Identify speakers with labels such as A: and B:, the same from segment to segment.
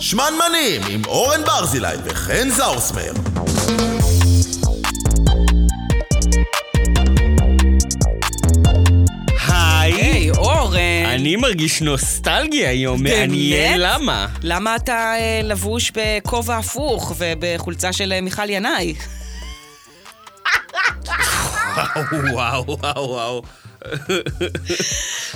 A: שמנמנים עם אורן ברזילי וחן זאוסמר.
B: היי,
C: היי, אורן.
B: אני מרגיש נוסטלגיה היום,
C: באמת?
B: מעניין למה.
C: למה אתה אה, לבוש בכובע הפוך ובחולצה של אה, מיכל ינאי?
B: וואו, וואו, וואו.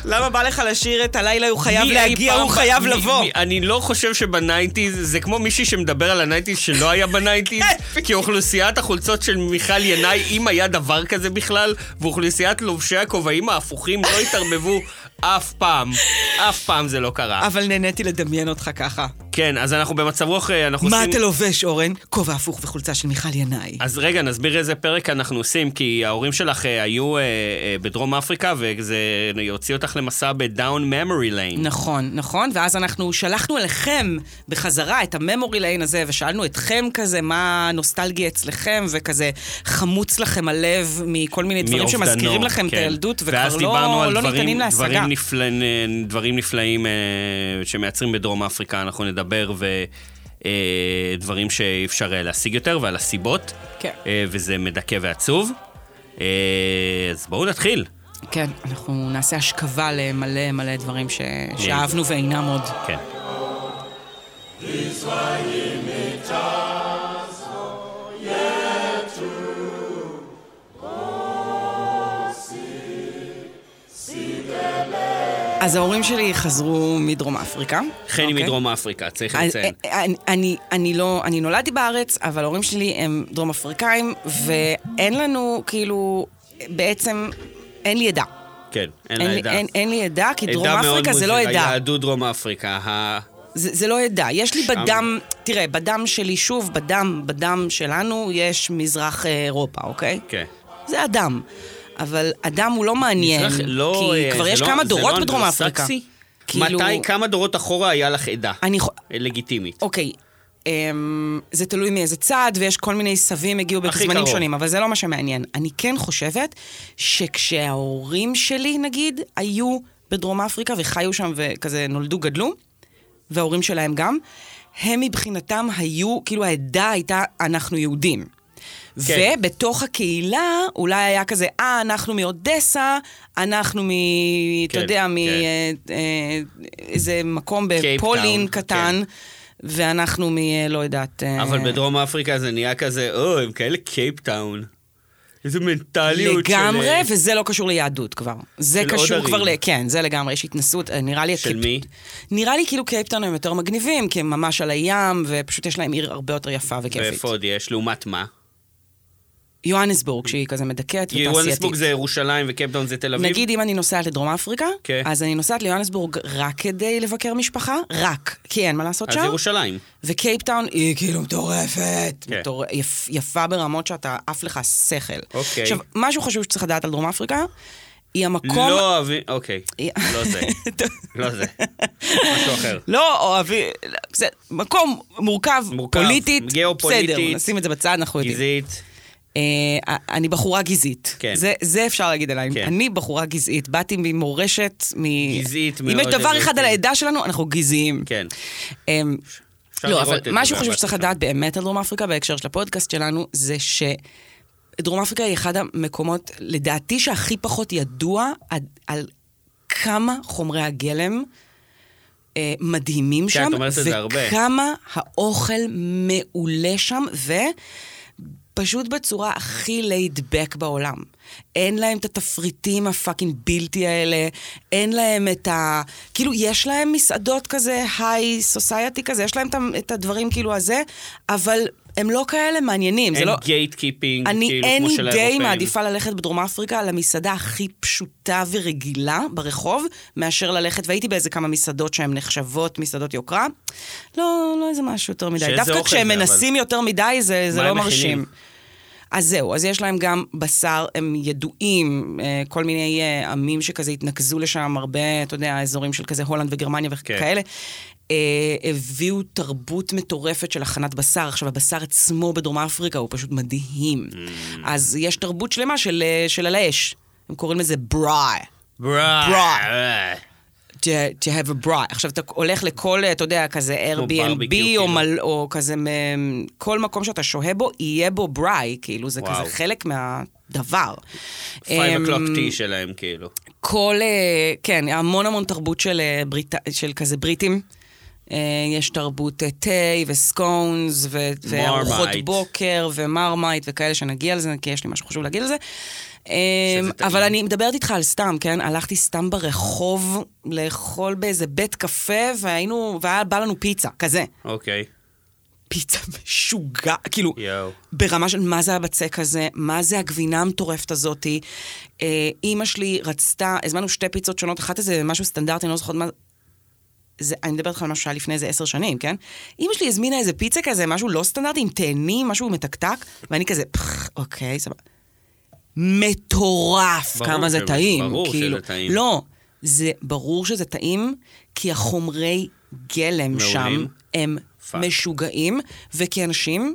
C: למה בא לך לשיר את הלילה הוא חייב
B: מי
C: להגיע,
B: אי פעם
C: הוא
B: ב-
C: חייב
B: מי-
C: לבוא?
B: מי- אני לא חושב שבניינטיז, זה כמו מישהי שמדבר על הניינטיז שלא היה בניינטיז,
C: כן,
B: כי אוכלוסיית החולצות של מיכל ינאי, אם היה דבר כזה בכלל, ואוכלוסיית לובשי הכובעים ההפוכים לא התערבבו אף פעם. אף פעם זה לא קרה.
C: אבל נהניתי לדמיין אותך ככה.
B: כן, אז אנחנו במצב רוח, אה, אנחנו
C: מה
B: עושים...
C: אתה לובש, אורן? כובע הפוך וחולצה של מיכל ינאי.
B: אז רגע, נסביר איזה פרק אנחנו עושים, כי ההורים שלך אה, היו אה, אה, בדרום אפריקה, וזה יוציא אותך למסע בדאון ממורי ליין.
C: נכון, נכון, ואז אנחנו שלחנו אליכם בחזרה את הממורי ליין הזה, ושאלנו אתכם כזה מה הנוסטלגיה אצלכם, וכזה חמוץ לכם הלב מכל מיני דברים
B: מאובדנו,
C: שמזכירים לכם את
B: כן.
C: הילדות,
B: ואז
C: וכבר
B: דיברנו
C: לא,
B: על
C: לא
B: דברים-
C: ניתנים להשגה.
B: דברים, נפלא, דברים נפלאים אה, שמייצרים בדרום אפריקה, אנחנו נדבר, ודברים שאי אפשר אה, להשיג יותר, ועל הסיבות,
C: כן.
B: אה, וזה מדכא ועצוב. אה, אז בואו נתחיל.
C: כן, אנחנו נעשה השכבה למלא מלא דברים ש... שאהבנו ואינם עוד.
B: כן.
C: אז ההורים שלי חזרו מדרום אפריקה.
B: חני
C: אוקיי? אה,
B: מדרום אפריקה, כן. צריך
C: אני-
B: לציין.
C: אני- אני, אני לא, אני נולדתי בארץ, אבל ההורים שלי הם דרום אפריקאים, ואין לנו, כאילו, בעצם, אין לי עדה.
B: כן, אין
C: אין,
B: לה
C: לי-
B: עדה.
C: אין, אין לי עדה, כי דרום
B: עדה מאוד
C: אפריקה זה לא
B: מוזרה,
C: עדה.
B: יהדות דרום אפריקה, ה...
C: זה, זה לא עדה. יש לי
B: שם.
C: בדם, תראה, בדם שלי, שוב, בדם, בדם שלנו, יש מזרח אה, אירופה, אוקיי?
B: כן.
C: זה אדם. אבל אדם הוא לא מעניין,
B: מזרח- לא,
C: כי
B: אה,
C: כבר
B: זה
C: יש
B: לא-
C: כמה
B: זה
C: דורות
B: לא
C: בדרום אפריקה.
B: אנגלוסקסי?
C: כאילו-
B: מתי, כמה דורות אחורה היה לך עדה? אה,
C: אני חו-
B: לגיטימית.
C: אוקיי, אמ, זה תלוי מאיזה צד, ויש כל מיני סבים הגיעו
B: הכי
C: בזמנים
B: קרוב.
C: שונים, אבל זה לא מה שמעניין. אני כן חושבת שכשההורים שלי, נגיד, היו בדרום אפריקה וחיו שם וכזה נולדו, גדלו, וההורים שלהם גם, הם מבחינתם היו, כאילו העדה הייתה, אנחנו יהודים.
B: כן.
C: כן. ובתוך הקהילה אולי היה כזה, אה, אנחנו מאודסה, אנחנו מ...
B: כן,
C: אתה יודע,
B: כן.
C: מאיזה מקום
B: קייפ
C: בפולין
B: טאון,
C: קטן, ואנחנו מ... אה, לא יודעת... אה,
B: אבל בדרום אפריקה זה נהיה כזה, או, הם כאלה קייפטאון. איזה מנטליות של... אה,
C: לגמרי, וזה לא קשור ליהדות כבר. זה
B: של עוד
C: קשור
B: ערים.
C: כבר ל... כן, זה לגמרי, יש התנסות, אה, נראה לי...
B: של
C: הקייפ-
B: מי?
C: נראה לי כאילו קייפטון הם יותר מגניבים, כי הם ממש על הים, ופשוט יש להם עיר הרבה יותר יפה וכיפית.
B: ואיפה עוד יש? לעומת מה?
C: יוהנסבורג, שהיא כזה מדכאת
B: יוהנסבורג
C: ותעשייתית.
B: זה ירושלים וקייפטאון זה תל אביב?
C: כאילו נגיד אם אני נוסעת לדרום אפריקה,
B: כן.
C: אז אני נוסעת ליוהנסבורג רק כדי לבקר משפחה, רק, כי אין מה לעשות
B: אז
C: שם.
B: ירושלים.
C: וקייפטאון היא כאילו מטורפת.
B: כן.
C: מטור... יפ... יפה ברמות שאתה עף לך שכל.
B: אוקיי.
C: עכשיו, משהו חשוב שצריך לדעת על דרום אפריקה, היא המקום...
B: לא אוהבים... אוקיי.
C: היא-
B: לא זה.
C: טוב.
B: לא זה. משהו אחר.
C: לא אוהבים... זה מקום מורכב,
B: מורכב,
C: פוליטית.
B: גיאופוליטית.
C: בסדר, נשים את זה בצד, אנחנו יודעים.
B: גזעית.
C: אה, אני בחורה גזעית.
B: כן.
C: זה, זה אפשר להגיד עליי.
B: כן.
C: אני בחורה גזעית. באתי ממורשת, מ...
B: גזעית
C: אם
B: מאוד,
C: יש דבר אחד
B: אוקיי.
C: על העדה שלנו, אנחנו גזעיים.
B: כן.
C: אמ,
B: אפשר
C: לא,
B: לראות
C: אבל
B: את זה
C: משהו חשוב
B: בהבעת
C: שצריך
B: שלך.
C: לדעת באמת על דרום אפריקה בהקשר של הפודקאסט שלנו, זה ש... דרום אפריקה היא אחד המקומות, לדעתי, שהכי פחות ידוע עד, על כמה חומרי הגלם אה, מדהימים
B: כן,
C: שם,
B: את אומרת את זה הרבה.
C: וכמה האוכל מעולה שם, ופשוט בצורה הכי laid back בעולם. אין להם את התפריטים הפאקינג בלתי האלה, אין להם את ה... כאילו, יש להם מסעדות כזה, היי סוסייטי כזה, יש להם את ה- את הדברים כאילו הזה, אבל הם לא כאלה מעניינים. זה
B: אין
C: לא...
B: גייט קיפינג,
C: אני
B: כאילו, כמו
C: אני
B: של
C: די
B: האירופאים.
C: מעדיפה ללכת בדרום אפריקה למסעדה הכי פשוטה ורגילה ברחוב, מאשר ללכת, והייתי באיזה כמה מסעדות שהן נחשבות מסעדות יוקרה. לא, לא איזה משהו יותר מדי.
B: שאיזה
C: דווקא
B: אוכל
C: כשהם
B: זה, אבל?
C: מנסים יותר מדי, זה, זה
B: מה
C: לא
B: הם
C: מרשים.
B: מכינים?
C: אז זהו, אז יש להם גם בשר, הם ידועים, אה, כל מיני אה, עמים שכזה התנקזו לשם הרבה, אתה יודע, אזורים של כזה הולנד וגרמניה וכאלה. אה, הביאו תרבות מטורפת של הכנת בשר. עכשיו, הבשר עצמו בדרום אפריקה הוא פשוט מדהים. אז יש תרבות שלמה של, אה, של על האש. הם קוראים לזה בראי.
B: ברא.
C: ברא. to, to have a bra. עכשיו, אתה הולך לכל, אתה יודע, כזה Airbnb,
B: ברביקיו,
C: או,
B: כאילו.
C: מל, או כזה, מ- כל מקום שאתה שוהה בו, יהיה בו ברי, כאילו, זה
B: וואו.
C: כזה חלק מהדבר.
B: פייב
C: אמ,
B: אקלוק טי שלהם, כאילו.
C: כל, אה, כן, המון המון תרבות של, אה, ברית, של כזה בריטים. אה, יש תרבות אה, תה וסקונס ו- וארוחות
B: מרמייט.
C: בוקר ומרמייט וכאלה שנגיע לזה, כי יש לי משהו חשוב להגיד על זה. אה,
B: שזה טעים.
C: אבל אני מדברת איתך על סתם, כן? הלכתי סתם ברחוב לאכול באיזה בית קפה והיינו, והיה בא לנו פיצה, כזה.
B: אוקיי.
C: פיצה משוגע, כאילו,
B: יואו.
C: ברמה של מה זה הבצק הזה, מה זה הגבינה המטורפת הזאתי. אה, אימא שלי רצתה, הזמנו שתי פיצות שונות, אחת איזה משהו סטנדרטי, אני לא זוכרת מה... זה, אני מדברת איתך על משהו שהיה לפני איזה עשר שנים, כן? אימא שלי הזמינה איזה פיצה כזה, משהו לא סטנדרטי, עם תאנים, משהו מתקתק, ואני כזה, "פח, אוקיי, סבבה. מטורף
B: ברור
C: כמה זה
B: שזה-
C: טעים.
B: ברור
C: כאילו.
B: שזה טעים.
C: לא, זה ברור שזה טעים, כי החומרי גלם שם
B: מעולים.
C: הם
B: פאק.
C: משוגעים, וכי אנשים,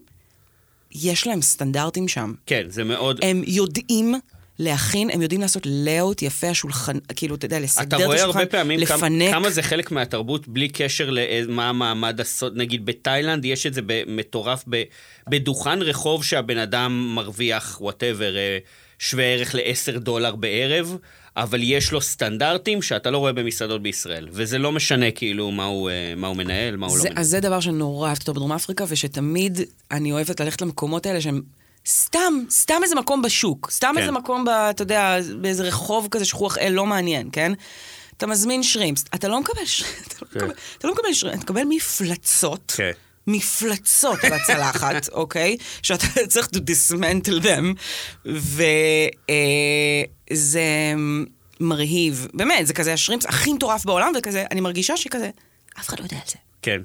C: יש להם סטנדרטים שם.
B: כן, זה מאוד...
C: הם יודעים להכין, הם יודעים לעשות לאוט יפה, השולחן, כאילו, אתה יודע,
B: אתה
C: לסדר את
B: רואה
C: השולחן,
B: הרבה פעמים כמה-
C: לפנק.
B: כמה זה חלק מהתרבות בלי קשר למה המעמד הסוד, נגיד בתאילנד יש את זה ב- מטורף ב- בדוכן רחוב שהבן אדם מרוויח וואטאבר שווה ערך ל-10 דולר בערב, אבל יש לו סטנדרטים שאתה לא רואה במסעדות בישראל, וזה לא משנה כאילו מה הוא, אה, מה הוא מנהל, מה הוא
C: זה,
B: לא מנהל.
C: אז זה דבר שנורא אהבת אותו בדרום אפריקה, ושתמיד אני אוהבת ללכת למקומות האלה שהם סתם, סתם איזה מקום בשוק. סתם
B: כן.
C: איזה מקום, ב, אתה יודע, באיזה רחוב כזה שכוח אל לא מעניין, כן? אתה מזמין שרימפס, אתה לא מקבל שרימפס,
B: כן.
C: אתה, לא מקבל- אתה לא מקבל שרימפס, אתה מקבל מפלצות.
B: כן.
C: מפלצות על הצלחת, אוקיי? שאתה צריך to dismantle them. וזה מרהיב, באמת, זה כזה השרימפס הכי מטורף בעולם, וכזה, אני מרגישה שכזה, אף אחד לא יודע על זה.
B: כן.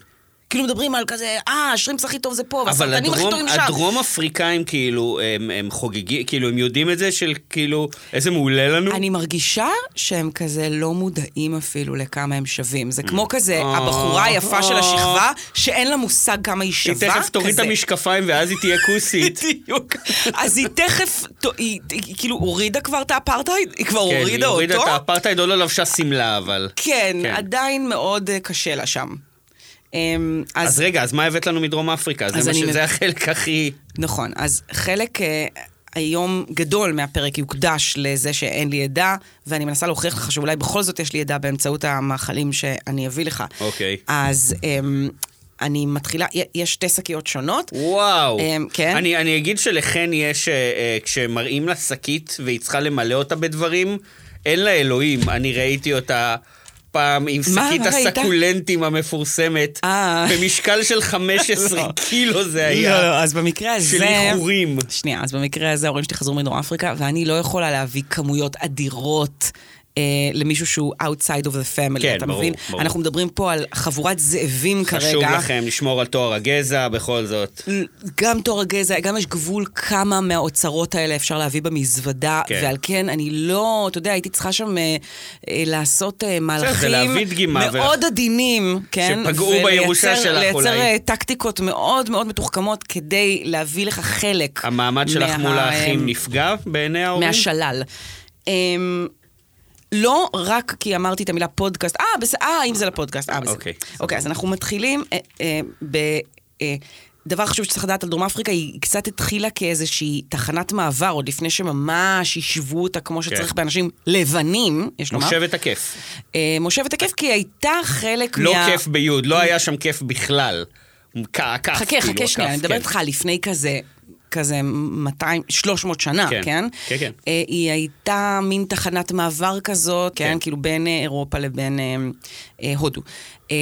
C: כאילו מדברים על כזה, אה, השרימפס הכי טוב זה פה,
B: אבל
C: והסרטנים הכי
B: הדרום,
C: טובים שם.
B: הדרום אפריקאים כאילו, הם, הם חוגגים, כאילו הם יודעים את זה של כאילו, איזה מעולה לנו.
C: אני מרגישה שהם כזה לא מודעים אפילו לכמה הם שווים. זה כמו כזה,
B: אה,
C: הבחורה היפה של
B: אה.
C: השכבה, שאין לה מושג כמה היא
B: היא
C: שווה.
B: תכף תוריד את
C: כזה.
B: המשקפיים ואז היא תהיה כוסית.
C: בדיוק. אז היא תכף, ת- היא היא- היא כאילו הורידה כבר את האפרטהייד? היא כבר
B: כן, היא
C: הורידה
B: הורידה את
C: אותו?
B: האפרטהייד, עוד לא לבשה שמלה, אבל...
C: כן,
B: כן.
C: עדיין מאוד אה, קשה לה שם. אמ,
B: אז רגע, אז מה הבאת לנו מדרום אפריקה?
C: אז
B: זה מה
C: אני מב-
B: שזה החלק הכי...
C: נכון, אז חלק אה, היום גדול מהפרק יוקדש לזה שאין לי עדה, ואני מנסה להוכיח לך שאולי בכל זאת יש לי עדה באמצעות המאכלים שאני אביא לך.
B: אוקיי.
C: אז אמ, אני מתחילה, י- יש שתי שקיות שונות.
B: וואו.
C: אמ, כן?
B: אני, אני אגיד שלחן יש, אה, אה, כשמראים לה שקית והיא צריכה למלא אותה בדברים, אין לה אלוהים. אני ראיתי אותה פעם עם
C: מה,
B: שקית
C: מה ראית?
B: הסקולנטים המפורסמת,
C: אה.
B: במשקל של 15 קילו זה
C: לא,
B: היה,
C: לא, אז במקרה הזה...
B: של איחורים.
C: שנייה, אז במקרה הזה ההורים שלי חזרו מדרום אפריקה, ואני לא יכולה להביא כמויות אדירות. אה, למישהו שהוא outside of the family,
B: כן,
C: אתה
B: ברור,
C: מבין?
B: ברור.
C: אנחנו מדברים פה על חבורת זאבים כרגע.
B: חשוב לכם לשמור על טוהר הגזע, בכל זאת.
C: גם תואר הגזע, גם יש גבול כמה מהאוצרות האלה אפשר להביא במזוודה,
B: כן.
C: כן. ועל כן אני לא, אתה יודע, הייתי צריכה שם אה, אה, לעשות אה, מהלכים
B: להביא דגימה ול-
C: מאוד עדינים, כן?
B: שפגעו בירושה שלך
C: לייצר
B: אולי.
C: אה, טקטיקות מאוד מאוד מתוחכמות כדי להביא לך חלק.
B: המעמד שלך
C: מה-
B: מול האחים
C: אה,
B: נפגע בעיני ההורים?
C: מהשלל. אמ, לא רק כי אמרתי את המילה פודקאסט, אה, בסדר, אה, אם זה לפודקאסט, אה, בסדר.
B: אוקיי,
C: אוקיי,
B: סבבה.
C: אוקיי אז אנחנו מתחילים אה, אה, ב... אה, דבר חשוב שצריך לדעת על דרום אפריקה, היא קצת התחילה כאיזושהי תחנת מעבר, עוד לפני שממש השוו אותה כמו שצריך
B: כן.
C: באנשים לבנים, יש לומר.
B: מושבת הכיף.
C: אה, מושבת הכיף, כי היא הייתה חלק
B: לא
C: מה...
B: כיף ביוד, לא היה שם כיף בכלל. כ- הכף,
C: חכה,
B: כאילו,
C: חכה שנייה,
B: הכף,
C: אני מדברת
B: כן.
C: איתך על לפני כזה, כזה 200, 300 שנה,
B: כן,
C: כן?
B: כן, כן.
C: אה, היא הייתה מין תחנת מעבר כזאת, כן?
B: כן.
C: כאילו בין אה, אירופה לבין אה, אה, הודו. אה,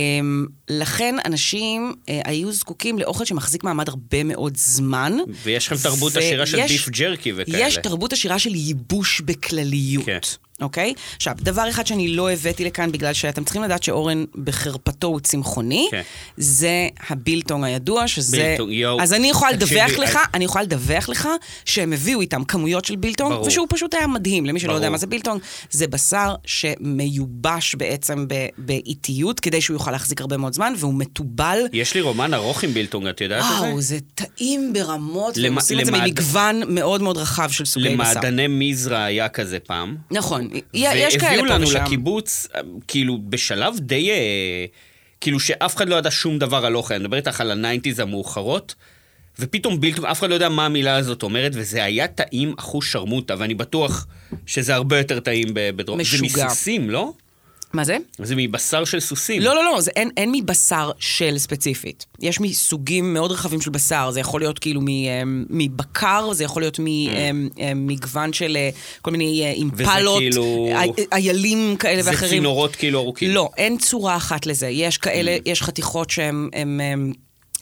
C: לכן אנשים אה, היו זקוקים לאוכל שמחזיק מעמד הרבה מאוד זמן.
B: ויש לכם תרבות עשירה של
C: ויש-
B: ביף ג'רקי וכאלה.
C: יש תרבות עשירה של ייבוש בכלליות.
B: כן.
C: אוקיי? עכשיו, דבר אחד שאני לא הבאתי לכאן, בגלל שאתם צריכים לדעת שאורן בחרפתו הוא צמחוני,
B: כן.
C: זה הבילטונג הידוע, שזה...
B: בילטונג, יואו.
C: אז אני יכולה
B: תקשיבי,
C: לדווח לך,
B: אני-
C: אני יכולה לדווח לך שהם הביאו איתם כמויות של בילטונג,
B: ברור.
C: ושהוא פשוט היה מדהים, למי שלא
B: ברור.
C: יודע מה זה בילטונג, זה בשר שמיובש בעצם ב- באיטיות, כדי שהוא יוכל להחזיק הרבה מאוד זמן, והוא מתובל.
B: יש לי רומן ארוך עם בילטונג, את יודעת את זה?
C: וואו, זה טעים ברמות,
B: למ-
C: והם עושים את זה
B: למעד-
C: ממגוון מאוד מאוד רחב של סוגי בשר.
B: למעדני מזרע היה כזה פעם.
C: נכון. כן, יש כאלה
B: והביאו
C: פה ושם.
B: לנו לקיבוץ, אה, כאילו, בשלב די... אה, כאילו שאף אחד לא ידע שום דבר על אוכל, אני מדבר איתך על הניינטיז המאוחרות, ופתאום בלתי, אף אחד לא יודע מה המילה הזאת אומרת, וזה היה טעים אחוש שרמוטה, ואני בטוח שזה הרבה יותר טעים ב- בדרום. זה
C: משוגע.
B: מסוסים, לא?
C: מה זה?
B: זה מבשר של סוסים.
C: לא, לא, לא, זה אין, אין מבשר של ספציפית. יש מסוגים מאוד רחבים של בשר, זה יכול להיות כאילו מ, אמ, מבקר, זה יכול
B: Mm.
C: להיות ממגוון של אה, כל מיני אה, אימפלות,
B: כאילו-
C: אי- איילים כאלה
B: זה
C: לא, ואחרים.
B: צינורות כאילו ארוכים.
C: לא, אין צורה אחת לזה. יש
B: Mm.
C: כאלה, יש חתיכות שהן... הן, אמ,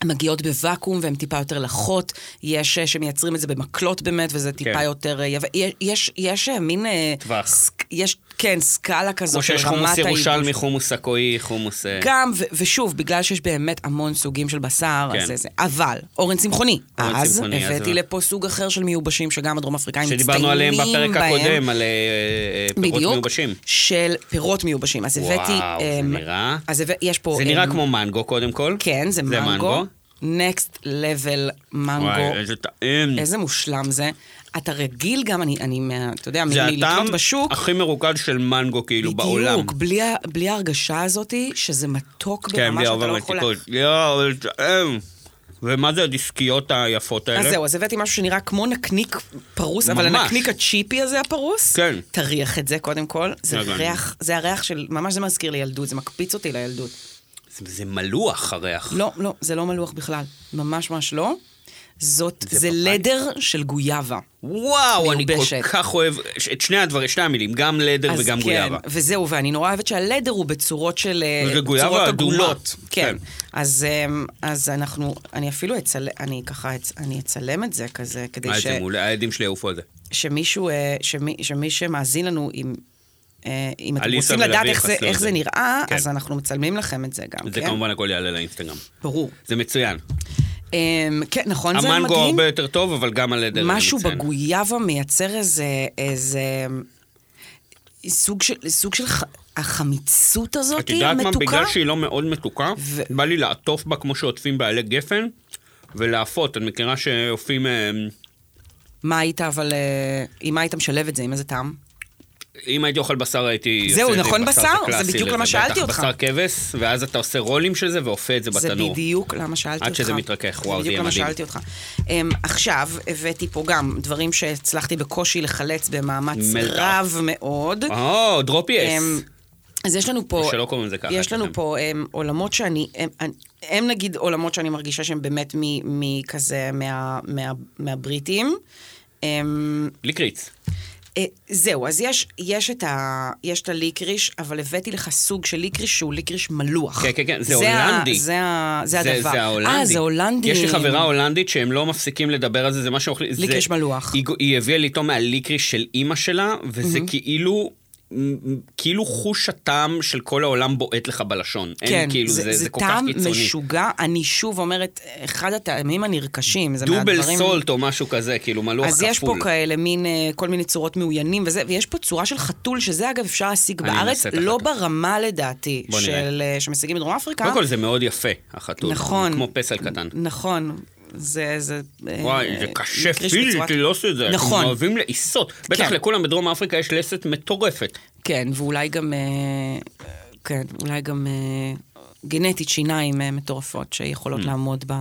C: מגיעות בוואקום והן טיפה יותר לחות, יש אה, שמייצרים את זה במקלות באמת, וזה טיפה
B: כן.
C: יותר... אה, יבש- יש- יש, יש אה, מין... אה,
B: טווח.
C: סק- יש, כן, סקאלה כזאת
B: כמו
C: של רמת
B: שיש חומוס
C: הייבוש.
B: ירושלמי, חומוס סקואי, חומוס... אה,
C: גם, ו- ושוב, בגלל שיש באמת המון סוגים של בשר,
B: כן.
C: אז זה זה. אבל, אורן צמחוני,
B: אורן
C: אז
B: צמחוני, אז
C: הבאתי
B: זה-
C: לפה סוג אחר של מיובשים, שגם הדרום אפריקאים מצטיינים בהם.
B: שדיברנו עליהם בפרק הקודם, על אה, אה, פירות
C: בדיוק,
B: מיובשים.
C: של פירות מיובשים. אז הבאתי...
B: וואו, זה
C: אמ,
B: נראה-
C: אז הבא- יש פה...
B: זה
C: אמ,
B: נראה כמו מנגו קודם כל.
C: כן, זה מנגו. נקסט לבל מנגו.
B: וואי, איזה טעים.
C: איזה מושלם זה. אתה רגיל גם, אני, אני מה- אתה יודע, מ-
B: זה הטעם
C: מלקנות בשוק.
B: הכי מרוקד של מנגו כאילו בעולם.
C: בדיוק, בלי, ה- בלי ההרגשה הזאתי, שזה מתוק
B: כן,
C: ברמה
B: בלי
C: שאתה
B: אהובה
C: לא יכול... לה-
B: מתיקות. יואו, איזה טעים. ומה זה הדיסקיות היפות האלה?
C: אז זהו, אז הבאתי משהו שנראה כמו נקניק פרוס, אבל
B: ממש.
C: הנקניק הצ'יפי הזה הפרוס,
B: כן.
C: תריח את זה קודם כל. זה
B: רגע,
C: ריח, זה הריח של, ממש זה מזכיר לי ילדות, זה מקפיץ אותי לילדות.
B: זה זה מלוח הריח.
C: לא, לא, זה לא מלוח בכלל, ממש ממש לא. זאת,
B: זה
C: זה
B: פפאי?
C: לדר של גויאבה.
B: וואו, אני כל
C: מיובשת.
B: כך אוהב ש- את שני הדברים, שני המילים, גם לדר
C: אז
B: וגם
C: כן,
B: גויאבה.
C: וזהו, ואני נורא אוהבת שהלדר הוא בצורות של... אה,
B: וזה גויאבה
C: בצורות
B: אדומה.
C: עגולות.
B: כן.
C: כן. אז, אמ, אז אנחנו, אני אפילו אצלם, אני ככה, אצ- אני אצלם את זה כזה, כדי
B: מה
C: ש...
B: זה מעולה, הילדים שלי יעופו על זה.
C: שמישהו, אה, שמי, שמי שמאזין לנו, אם, אה, אם אתם
B: אליסה
C: רוצים לדעת
B: ולביא
C: איך זה,
B: חסלו
C: איך
B: את
C: זה
B: זה.
C: נראה,
B: כן.
C: אז אנחנו מצלמים לכם את זה גם,
B: זה
C: כן?
B: כמובן הכל יעלה לאינסטגרם.
C: ברור.
B: זה מצוין.
C: אמ, כן, נכון, זה מדהים?
B: המנגו הרבה יותר טוב, אבל גם הלדר זה
C: משהו
B: מצוין.
C: בגויאבה מייצר איזה, איזה סוג של, סוג של ח... החמיצות הזאת,
B: את יודעת מה?
C: המתוקה.
B: בגלל שהיא לא מאוד מתוקה,
C: ו-
B: בא לי לעטוף בה כמו שעוטפים בעלי גפן, ולאפות. את מכירה שעופים... אה,
C: מה היית, אבל... אה, עם מה היית משלב את זה? עם איזה טעם?
B: אם הייתי אוכל בשר הייתי...
C: זהו,
B: עושה את
C: נכון,
B: עם
C: בשר?
B: את
C: זה
B: הקלאסי
C: בדיוק
B: לזה,
C: למה שאלתי
B: בטח,
C: אותך.
B: בשר כבש, ואז אתה עושה רולים של זה ואופה את זה
C: זה
B: בתנור.
C: בדיוק למה שאלתי
B: עד
C: אותך.
B: שזה מתרכך, וואו, זה יהיה מדהים.
C: בדיוק למה שאלתי אותך. אמ, עכשיו, הבאתי פה גם דברים שהצלחתי בקושי לחלץ במאמץ
B: מלט אפ.
C: רב מאוד.
B: או, דרופי אס.
C: אמ, אז יש לנו
B: או
C: פה...
B: שלא אה, קוראים לזה ככה כן.
C: יש לנו
B: אצלכם.
C: פה אמ, עולמות שאני... אמ, אני- הם נגיד עולמות שאני מרגישה שהם באמת מ- מכזה, מה- מה- מהבריטים. אמ,
B: בלי קריץ.
C: אה, זהו, אז יש, יש, את ה, יש את הליקריש, אבל הבאתי לך סוג של ליקריש שהוא ליקריש מלוח.
B: כן, כן, כן, זה
C: ה-
B: הולנדי.
C: זה, ה- זה הדבר.
B: זה ההולנדי.
C: אה, זה הולנדי.
B: יש לי חברה הולנדית שהם לא מפסיקים לדבר על זה, זה מה שאוכלים. זה-
C: ליקריש מלוח.
B: היא, היא הביאה לי איתו מהליקריש של אימא שלה, וזה כאילו... כאילו חוש הטעם של כל העולם בועט לך בלשון. כן, אין, כאילו, זה, זה, כל כך
C: טעם
B: קיצוני.
C: משוגע. אני שוב אומרת, אחד הטעמים הנרכשים, זה
B: דובל
C: מהדברים...
B: סולט או משהו כזה, כאילו מלוח
C: אז
B: כפול.
C: יש פה כאלה מין, אה, כל מיני צורות מאוינים וזה, ויש פה צורה של חתול, שזה אגב אפשר להשיג
B: אני
C: בארץ,
B: אנסה את
C: לא
B: החתול.
C: ברמה לדעתי,
B: בוא נראה.
C: של, אה, שמשיגים בדרום אפריקה.
B: קודם כל זה מאוד יפה, החתול.
C: נכון.
B: כמו פסל קטן.
C: נכון. זה, זה... אה,
B: וואי, זה
C: אה,
B: קשה
C: מקריש
B: פיזית
C: בצורת-
B: לעשות את זה.
C: נכון.
B: אנחנו אוהבים לעיסות. בטח
C: כן.
B: לכולם בדרום אפריקה יש לסת מטורפת.
C: כן, ואולי גם... אה, כן, אולי גם אה, גנטית שיניים אה, מטורפות שיכולות
B: Mm.
C: לעמוד ב...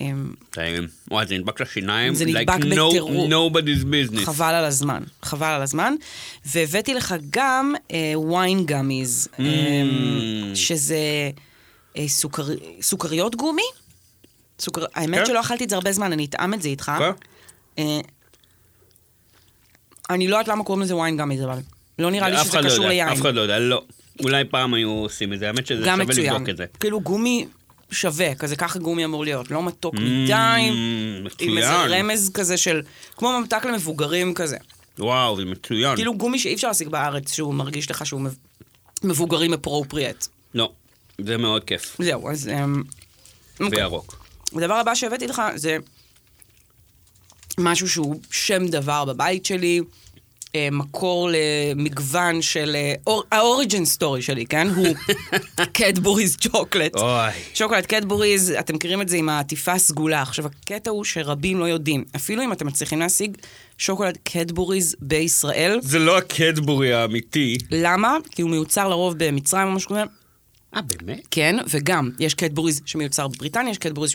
C: אה,
B: טעים. וואי, זה נדבק לשיניים.
C: זה נדבק
B: like no-
C: בטירוף.
B: nobody's business.
C: חבל על הזמן, חבל על הזמן. והבאתי לך גם אה, ויין גאמיז,
B: Mm.
C: אמ, שזה אה, סוכר, סוכריות גומי. סוכר, האמת
B: כן.
C: שלא אכלתי את זה הרבה זמן, אני אטעם את זה איתך.
B: כן.
C: אה, אני לא יודעת למה קוראים לזה ויין גאמיז, אבל לא נראה לי
B: אף
C: שזה
B: אחד לא
C: קשור
B: יודע,
C: ליין.
B: אף אחד לא יודע, לא. אולי פעם היו עושים את זה, האמת שזה
C: גם
B: שווה
C: מצוין.
B: לבדוק את זה.
C: כאילו גומי שווה, כזה ככה גומי אמור להיות. לא מתוק מדי, עם
B: Mm, מצוין.
C: איזה רמז כזה של... כמו ממתק למבוגרים כזה.
B: וואו, זה מצוין.
C: כאילו גומי שאי אפשר להשיג בארץ, שהוא מרגיש לך שהוא מב- מבוגרים אפרופריאט.
B: לא, זה מאוד כיף.
C: זהו, אז... אמ, אוקיי.
B: וירוק.
C: הדבר הבא שהבאתי לך זה משהו שהוא שם דבר בבית שלי. אה, מקור למגוון של... אה, אור- האוריג'ן סטורי שלי, כן? הוא קטבוריז צ'וקלט.
B: אוי.
C: שוקולד קטבוריז, אתם מכירים את זה עם העטיפה הסגולה. עכשיו, הקטע הוא שרבים לא יודעים. אפילו אם אתם מצליחים להשיג שוקולד קטבוריז בישראל,
B: זה לא הקדבורי האמיתי.
C: למה? כי הוא מיוצר לרוב במצרים או משהו כזה.
B: אה, באמת?
C: כן, וגם, יש קטבוריז שמיוצר בבריטניה, יש קטבוריז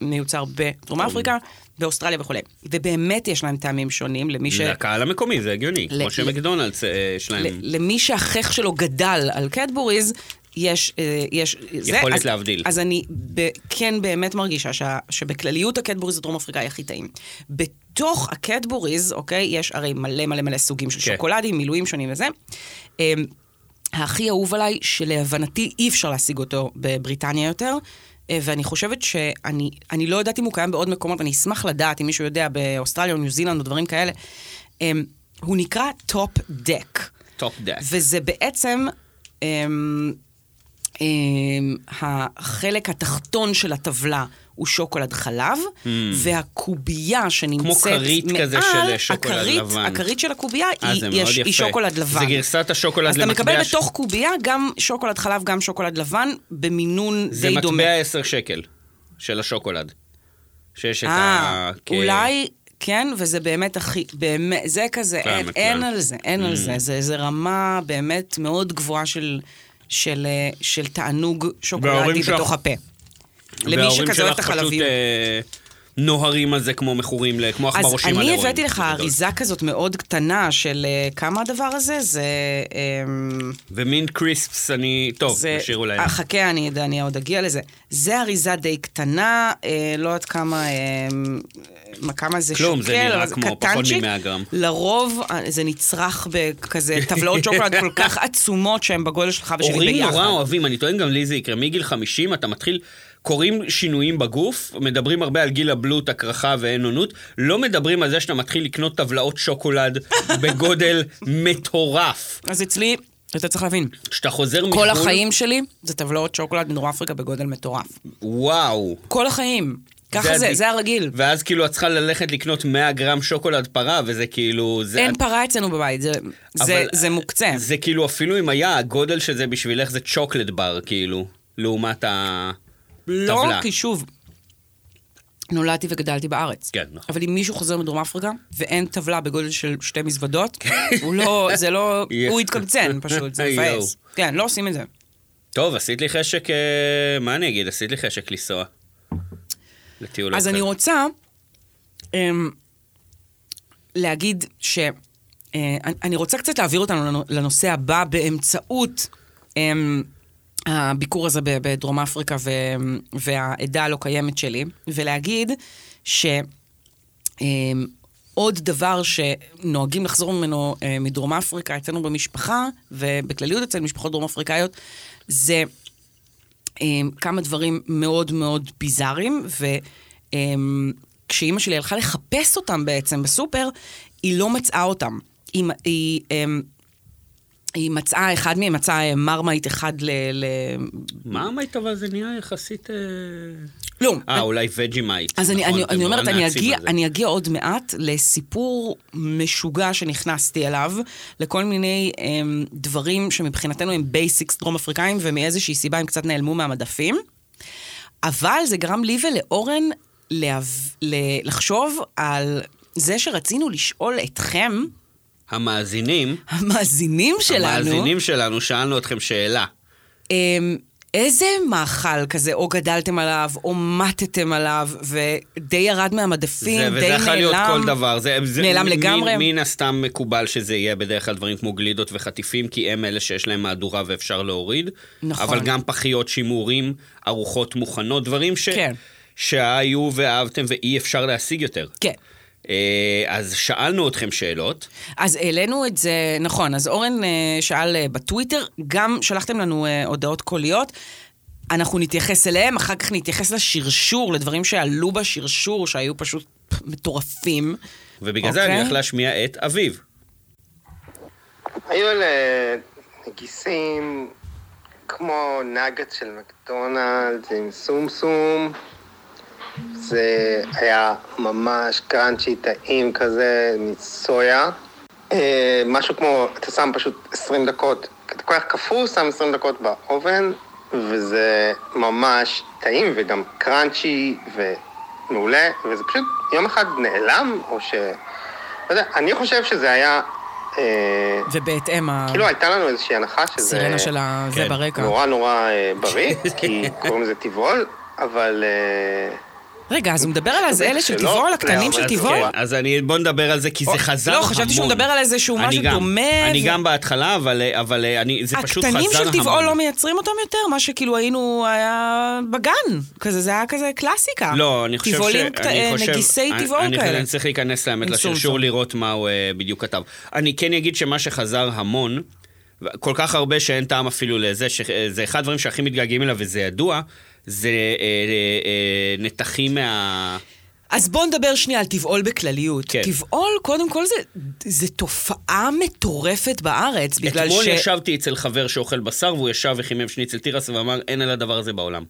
C: שמיוצר בדרום אפריקה, באוסטרליה וכולי. ובאמת יש להם טעמים שונים למי ש...
B: לקהל המקומי, זה הגיוני.
C: ל-
B: כמו שמקדונלדס אה, שלהם.
C: ל- למי שהחך שלו גדל על קטבוריז, יש... אה, יש זה,
B: יכולת
C: אז,
B: להבדיל.
C: אז אני ב- כן באמת מרגישה שה, שבכלליות הקטבוריז הדרום אפריקאי הכי טעים. בתוך הקטבוריז, אוקיי, יש הרי מלא מלא מלא סוגים של
B: כן.
C: שוקולדים, מילואים שונים וזה. אמ, הכי אהוב עליי, שלהבנתי אי אפשר להשיג אותו בבריטניה יותר. אה, ואני חושבת שאני אני לא יודעת אם הוא קיים בעוד מקומות, אני אשמח לדעת אם מישהו יודע באוסטרליה או ניו זילנד או דברים כאלה. אמ, הוא נקרא טופ דק.
B: טופ דק.
C: וזה בעצם אמ, אמ, החלק התחתון של הטבלה. הוא שוקולד חלב, mm. והקובייה שנמצאת
B: Hmm. כמו כרית
C: מעל,
B: כזה של אה, שוקולד
C: הכרית,
B: לבן.
C: הכרית של הקובייה
B: אה,
C: היא,
B: זה מאוד
C: היא,
B: יפה.
C: היא שוקולד
B: זה
C: לבן.
B: גרסת השוקולד
C: אז אתה
B: למטבע
C: מקבל
B: ש-
C: בתוך קובייה גם שוקולד חלב, גם שוקולד לבן, במינון
B: זה
C: די דומה.
B: מטבע 10 שקל של השוקולד. שיש את
C: אה,
B: ה... כ-
C: אולי, כן, וזה באמת הכי, באמת, זה כזה,
B: מצוין,
C: אין,
B: מצוין.
C: אין על זה, אין
B: Mm.
C: על זה. זה, זה רמה באמת מאוד גבוהה של, של, אה, של תענוג
B: וההורים
C: שוקולדי
B: שלך-
C: בתוך הפה. למי
B: וההורים
C: שכזה אוהב את
B: שלך פשוט,
C: החלביות.
B: אה, נוהרים על זה כמו מכורים, ל- כמו
C: אז
B: עכברושים על
C: אני
B: הירואים.
C: הבאתי לך
B: בגדול.
C: אריזה כזאת מאוד קטנה של אה, כמה הדבר הזה, זה... אמ,
B: ומין קריספס, אני... טוב,
C: זה-
B: תשאירו להם.
C: אה, חכה, אני, אני עוד אגיע לזה. זה אריזה די קטנה, אה, לא יודעת כמה, אה, מה- כמה זה
B: כלום, זה
C: שוקל,
B: נראה
C: אבל זה
B: כמו פחות
C: קטנצ'יק.
B: מ- 100 גרם.
C: לרוב אה, זה נצרך בכזה טבלאות שוקולד כל כך עצומות שהן בגודל שלך ושלי ביחד.
B: הורים נורא אוהבים, אני טוען גם לי זה יקרה. מגיל 50 אתה מתחיל, קורים שינויים בגוף, מדברים הרבה על גיל הבלוט, הקרחה ואין עונות, לא מדברים על זה שאתה מתחיל לקנות טבלאות שוקולד בגודל מטורף.
C: אז אצלי, אתה צריך להבין,
B: כשאתה חוזר מחו"ל...
C: כל החיים שלי זה טבלאות שוקולד מדרום אפריקה בגודל מטורף.
B: וואו.
C: כל החיים. ככה זה,
B: עדיף.
C: זה הרגיל.
B: ואז כאילו את צריכה ללכת לקנות 100 גרם שוקולד פרה, וזה כאילו... זה,
C: אין פרה אצלנו בבית, זה- זה-
B: אבל-
C: זה מוקצה.
B: זה כאילו אפילו אם היה, הגודל של זה בשבילך זה צ'וקלד בר, כאילו, לעומת ה...
C: לא,
B: טבלה.
C: כי שוב, נולדתי וגדלתי בארץ.
B: כן, נכון.
C: אבל אם מישהו חוזר מדרום אפריקה, ואין טבלה בגודל של שתי מזוודות, הוא לא, זה לא,
B: יס.
C: הוא התקמצן פשוט, זה
B: כן. יואו.
C: מפעס. כן, לא עושים את זה.
B: טוב, עשית לי חשק, אה, מה אני אגיד? עשית לי חשק לנסוע. לטיול.
C: אז
B: אחר.
C: אני רוצה אמ, להגיד ש... אה, אני- אני רוצה קצת להעביר אותנו לנו- לנושא הבא באמצעות אמ, הביקור הזה ב- בדרום אפריקה ו- והעדה הלא קיימת שלי, ולהגיד ש... אמ, עוד דבר שנוהגים לחזור ממנו אה, מדרום אפריקה, אצלנו במשפחה, ובכלליות אצל משפחות דרום אפריקאיות, זה אמ, כמה דברים מאוד מאוד ביזאריים, וכשאימא שלי הלכה לחפש אותם בעצם בסופר, היא לא מצאה אותם. היא, היא, אמ, היא מצאה, אחד מהם מצאה אה, מרמייט אחד ל... ל...
B: מרמייט אבל זה נהיה יחסית... אה,
C: לא,
B: אה, אולי וג'ימייט.
C: אז אני,
B: נכון,
C: אני,
B: אתם
C: אני
B: נורא
C: אומרת, אני
B: נאצים
C: אגיע,
B: על זה.
C: אני אגיע עוד מעט לסיפור משוגע שנכנסתי אליו, לכל מיני הם, דברים שמבחינתנו הם בייסיקס דרום אפריקאים, ומאיזושהי סיבה הם קצת נעלמו מהמדפים. אבל זה גרם לי ולאורן להב... ל- לחשוב על זה שרצינו לשאול אתכם,
B: המאזינים,
C: המאזינים שלנו,
B: המאזינים שלנו, שאלנו אתכם שאלה.
C: אמ, איזה מאכל כזה, או גדלתם עליו, או מתתם עליו, ודי ירד מהמדפים,
B: זה,
C: די
B: וזה
C: נעלם.
B: יכול להיות כל דבר. זה, זה
C: נעלם
B: מ-
C: לגמרי.
B: מ- מן הסתם מקובל שזה יהיה בדרך כלל דברים כמו גלידות וחטיפים, כי הם אלה שיש להם מהדורה ואפשר להוריד.
C: נכון.
B: אבל גם פחיות, שימורים, ארוחות מוכנות, דברים ש...
C: כן.
B: שהיו ואהבתם ואי אפשר להשיג יותר.
C: כן.
B: אה, אז שאלנו אתכם שאלות.
C: אז העלינו את זה, נכון, אז אורן אה, שאל אה, בטוויטר, גם שלחתם לנו אה, הודעות קוליות. אנחנו נתייחס אליהם, אחר כך נתייחס לשרשור, לדברים שעלו בשרשור, שהיו פשוט מטורפים.
B: ובגלל זה אני
C: אוקיי.
B: הולך להשמיע את אביו.
D: היו אלה נגיסים כמו נגט של מקדונלדס עם סומסום. זה היה ממש קראנצ'י טעים כזה מסויה. אה, משהו כמו, אתה שם פשוט 20 דקות, אתה כל כך קפוא, שם 20 דקות באובן, וזה ממש טעים וגם קראנצ'י ומעולה, וזה פשוט יום אחד נעלם, או ש... לא יודע, אני חושב שזה היה... אה,
C: ובהתאם,
D: כאילו הייתה לנו איזושהי הנחה שזה...
C: הסירנה של ה- זה
B: כן,
C: ברקע.
D: נורא נורא אה, בריא, כי קוראים לזה טבעול, אבל... אה,
C: רגע, אז הוא מדבר על אז אלה של
D: שלא,
C: טבעול, הקטנים
D: לא,
C: של
B: אז
C: טבעול?
B: כן, אז אני, בוא נדבר על זה, כי זה
C: או-
B: חזר
C: לא,
B: המון.
C: חשבתי שהוא מדבר על איזשהו
B: אני
C: משהו
B: גם-
C: דומה,
B: אני
C: ו-
B: גם בהתחלה, אבל, אבל אה, אני, זה פשוט חזר המון.
C: הקטנים של טבעול לא מייצרים אותם יותר? מה שכאילו היינו, היה בגן. כזה, זה היה כזה קלאסיקה.
B: לא, אני חושב ש...
C: טבעולים,
B: אני
C: קט- אה,
B: חושב-
C: נגיסי
B: אני-
C: טבעול
B: אני חושב-
C: כאלה.
B: אני צריך להיכנס לאמת
C: עם
B: לשרשור
C: סומסום.
B: לראות מה הוא אה, בדיוק כתב. אני כן אגיד שמה שחזר המון, ו- כל כך הרבה שאין טעם אפילו לזה, שזה אחד הדברים שהכי מתגעגעים אליו וזה ידוע, זה אה, אה, אה, נתחים מה...
C: אז בואו נדבר שנייה על טבעול בכלליות.
B: כן.
C: טבעול, קודם כל, זה, זה תופעה מטורפת בארץ, בגלל
B: אתמול
C: ש...
B: ישבתי אצל חבר שאוכל בשר, והוא ישב וחימם שניצל תירס ואמר, אין על הדבר הזה בעולם.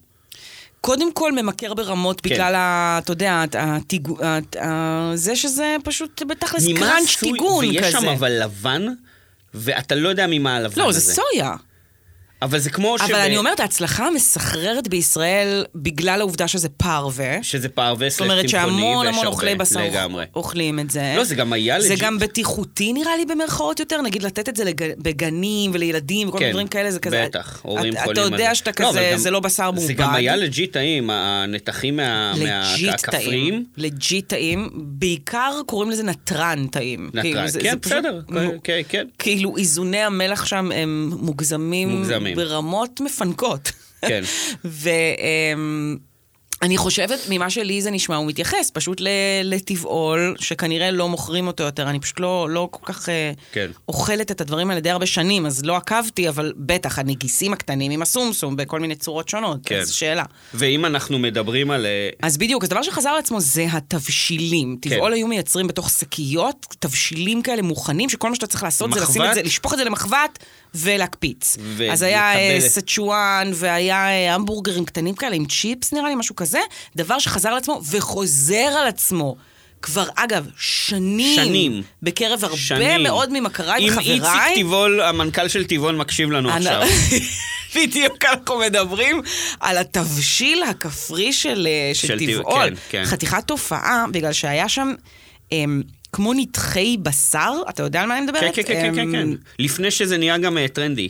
C: קודם כל ממכר ברמות
B: כן.
C: בגלל, ה, אתה יודע, הת- התיגו- הת- ה- זה שזה פשוט בתכלס
B: ממה
C: קראנץ'
B: עשוי-
C: טיגון כזה.
B: ויש שם אבל לבן, ואתה לא יודע ממה הלבן
C: לא,
B: הזה.
C: זה סויה.
B: אבל זה כמו
C: אבל
B: שב-
C: אני אומרת, ההצלחה המסחררת בישראל, בגלל העובדה שזה פרווה,
B: שזה פרווה
C: זאת
B: סלט צמחוני,
C: אומרת
B: ויש
C: שהמון המון
B: הרבה,
C: אוכלי בשר
B: לגמרי.
C: אוכלים את זה.
B: לא, זה גם היה
C: זה
B: לג'יט.
C: גם בטיחותי נראה לי במרכאות יותר, נגיד לתת את זה לג... בגנים ולילדים וכל מיני דברים כאלה, זה כזה...
B: כן, בטח, הורים
C: אתה-
B: חולים
C: אתה
B: על זה.
C: יודע שאתה
B: לא, אבל
C: כזה,
B: גם-
C: זה לא בשר מעובד.
B: זה גם היה לג'יט טעים, הנתחים מה- מה-
C: לג'יט
B: הכפריים.
C: טעים, כן, לג'יט טעים, בעיקר קוראים לזה נתרן טעים.
B: נתרן,
C: כאילו, זה-
B: כן,
C: זה פשוט-
B: בסדר,
C: נו,
B: כן, כן.
C: כאילו איזוני המלח שם הם מוגזמים,
B: מוגזמים.
C: ברמות מפנקות.
B: כן.
C: ואני חושבת, ממה שלי זה נשמע, הוא מתייחס פשוט ל- לטבעול, שכנראה לא מוכרים אותו יותר. אני פשוט לא, לא כל כך אה,
B: כן.
C: אוכלת את הדברים האלה די הרבה שנים, אז לא עקבתי, אבל בטח, הנגיסים הקטנים עם הסומסום בכל מיני צורות שונות.
B: כן.
C: אז שאלה.
B: ואם אנחנו מדברים על... אה,
C: אז בדיוק, אז דבר שחזר על עצמו זה התבשילים.
B: כן.
C: טבעול היו מייצרים בתוך שקיות, תבשילים כאלה מוכנים, שכל מה שאתה צריך לעשות זה לשים
B: מחבת.
C: את זה, לשפוך את זה למחבת ולהקפיץ.
B: ו-
C: אז היה אה,
B: לקבל-
C: סצ'ואן, והיה אה, המבורגרים קטנים כאלה עם צ'יפס נראה לי, משהו כזה. דבר שחזר על עצמו וחוזר על עצמו. כבר, אגב, שנים.
B: שנים.
C: בקרב הרבה
B: שנים.
C: מאוד ממכריי
B: אם
C: וחבריי.
B: איציק טבעול, המנכ"ל של טבעול מקשיב לנו
C: אנ-
B: עכשיו.
C: בדיוק אנחנו מדברים על התבשיל הכפרי של, אה,
B: של
C: של
B: טבעול,
C: טבעול.
B: כן, כן.
C: חתיכת תופעה, בגלל שהיה שם אמ, כמו נתחי בשר, אתה יודע על מה אני מדברת?
B: כן, כן, כן, כן, כן,
C: אמ,
B: כן. לפני שזה נהיה גם אה, טרנדי.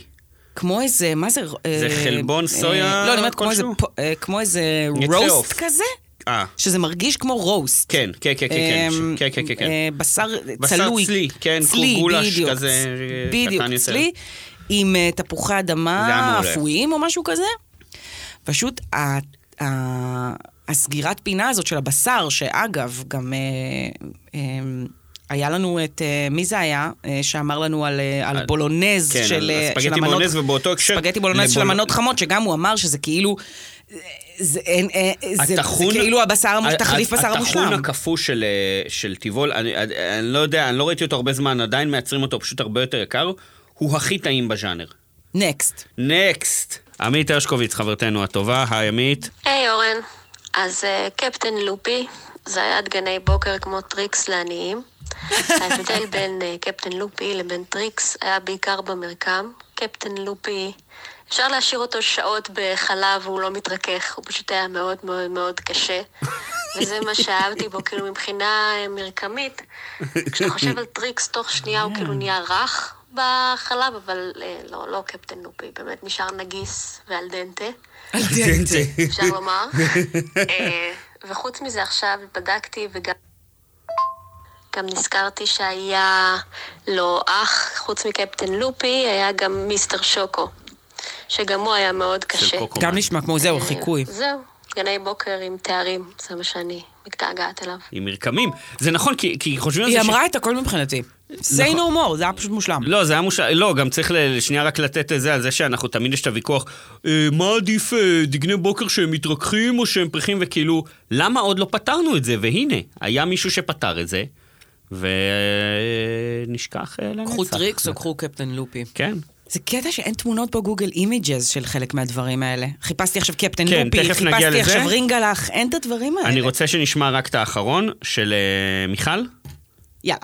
C: כמו איזה, מה זה?
B: זה
C: אה,
B: חלבון
C: אה,
B: סויה
C: לא, אני אומרת כמו איזה,
B: כלשהו?
C: פו- אה, כמו איזה
B: נתחי
C: רוסט
B: עוף.
C: כזה,
B: אה.
C: שזה מרגיש כמו רוסט.
B: כן, כן, כן, כן, כן,
C: אמ,
B: כן, כן, כן, כן.
C: אה, בשר
B: בשר
C: צלוי.
B: צלי, כן, כמו
C: צלי,
B: גולש
C: בדיוק.
B: כזה, אה,
C: בדיוק,
B: קטן יותר.
C: צלי, עם אה, תפוחי
B: זה היה
C: אדמה
B: מעולה.
C: אפויים או משהו כזה. פשוט ה- ה- הסגירת פינה הזאת של הבשר, שאגב, גם אה, אה, היה לנו את, אה, מי זה היה, אה, שאמר לנו על, אה, על
B: על-
C: בולונז
B: כן, על
C: של אה,
B: ספגטי
C: של המנות...
B: בולונז, ובאותו הקשר,
C: ספגטי בולונז של
B: לבול-
C: המנות חמות, שגם הוא אמר שזה כאילו... אה, זה, אין, אה, זה,
B: הטחון-
C: זה כאילו הבשר, המוש-
B: ה-
C: תחליף
B: ה-
C: בשר
B: הטחון
C: המושלם.
B: הקפוא של, אה, של טיבול, אני, אני, אני לא יודע, אני לא ראיתי אותו הרבה זמן, עדיין מייצרים אותו, פשוט הרבה יותר יקר, הוא הכי טעים בז'אנר.
C: נקסט.
B: נקסט. עמית הרשקוביץ, חברתנו הטובה, היי עמית.
E: היי אורן, אז אה, קפטן לופי, זה היה דגני בוקר כמו טריקס לעניים. ההבדל בין אה, קפטן לופי לבין טריקס היה בעיקר במרקם. קפטן לופי, אפשר להשאיר אותו שעות בחלב והוא לא מתרכך, הוא פשוט היה מאוד מאוד מאוד קשה. וזה מה שאהבתי בו, כאילו מבחינה אה, מרקמית. כשאתה חושב על טריקס, תוך שנייה הוא כאילו נהיה רך בחלב, אבל אה, לא, לא קפטן לופי, באמת נשאר נגיס ואל דנטה. אפשר לומר. אה, וחוץ מזה עכשיו בדקתי וגם גם נזכרתי שהיה לו אח, חוץ מקפטן לופי, היה גם מיסטר שוקו, שגם הוא היה מאוד קשה.
B: קוקו.
C: גם נשמע כמו זהו, חיקוי.
E: אה, זהו, גני בוקר עם תארים, זה מה שאני מתגעגעת אליו.
B: עם מרקמים. זה נכון, כי, כי חושבים על זה
C: היא אמרה את הכל מבחינתי. say no more, זה היה פשוט מושלם.
B: נכון. לא, זה היה מושלם, לא, גם צריך ל- שנייה רק לתת את זה, על זה שאנחנו, תמיד יש את הוויכוח, אה, מה עדיף אה, דגני בוקר שהם מתרככים או שהם פריחים, וכאילו, למה עוד לא פתרנו את זה? והנה, היה מישהו שפתר את זה, ונשכח אה, לנצח.
C: קחו טריקס או קחו קפטן לופי.
B: כן.
C: זה קטע שאין תמונות בגוגל אימג'ז של חלק מהדברים האלה. חיפשתי עכשיו קפטן
B: כן,
C: לופי,
B: תכף נגיע
C: חיפשתי
B: לזה.
C: עכשיו רינגלח, אין את הדברים האלה.
B: אני רוצה שנשמע רק את האחרון של אה, מיכל.
C: יאללה.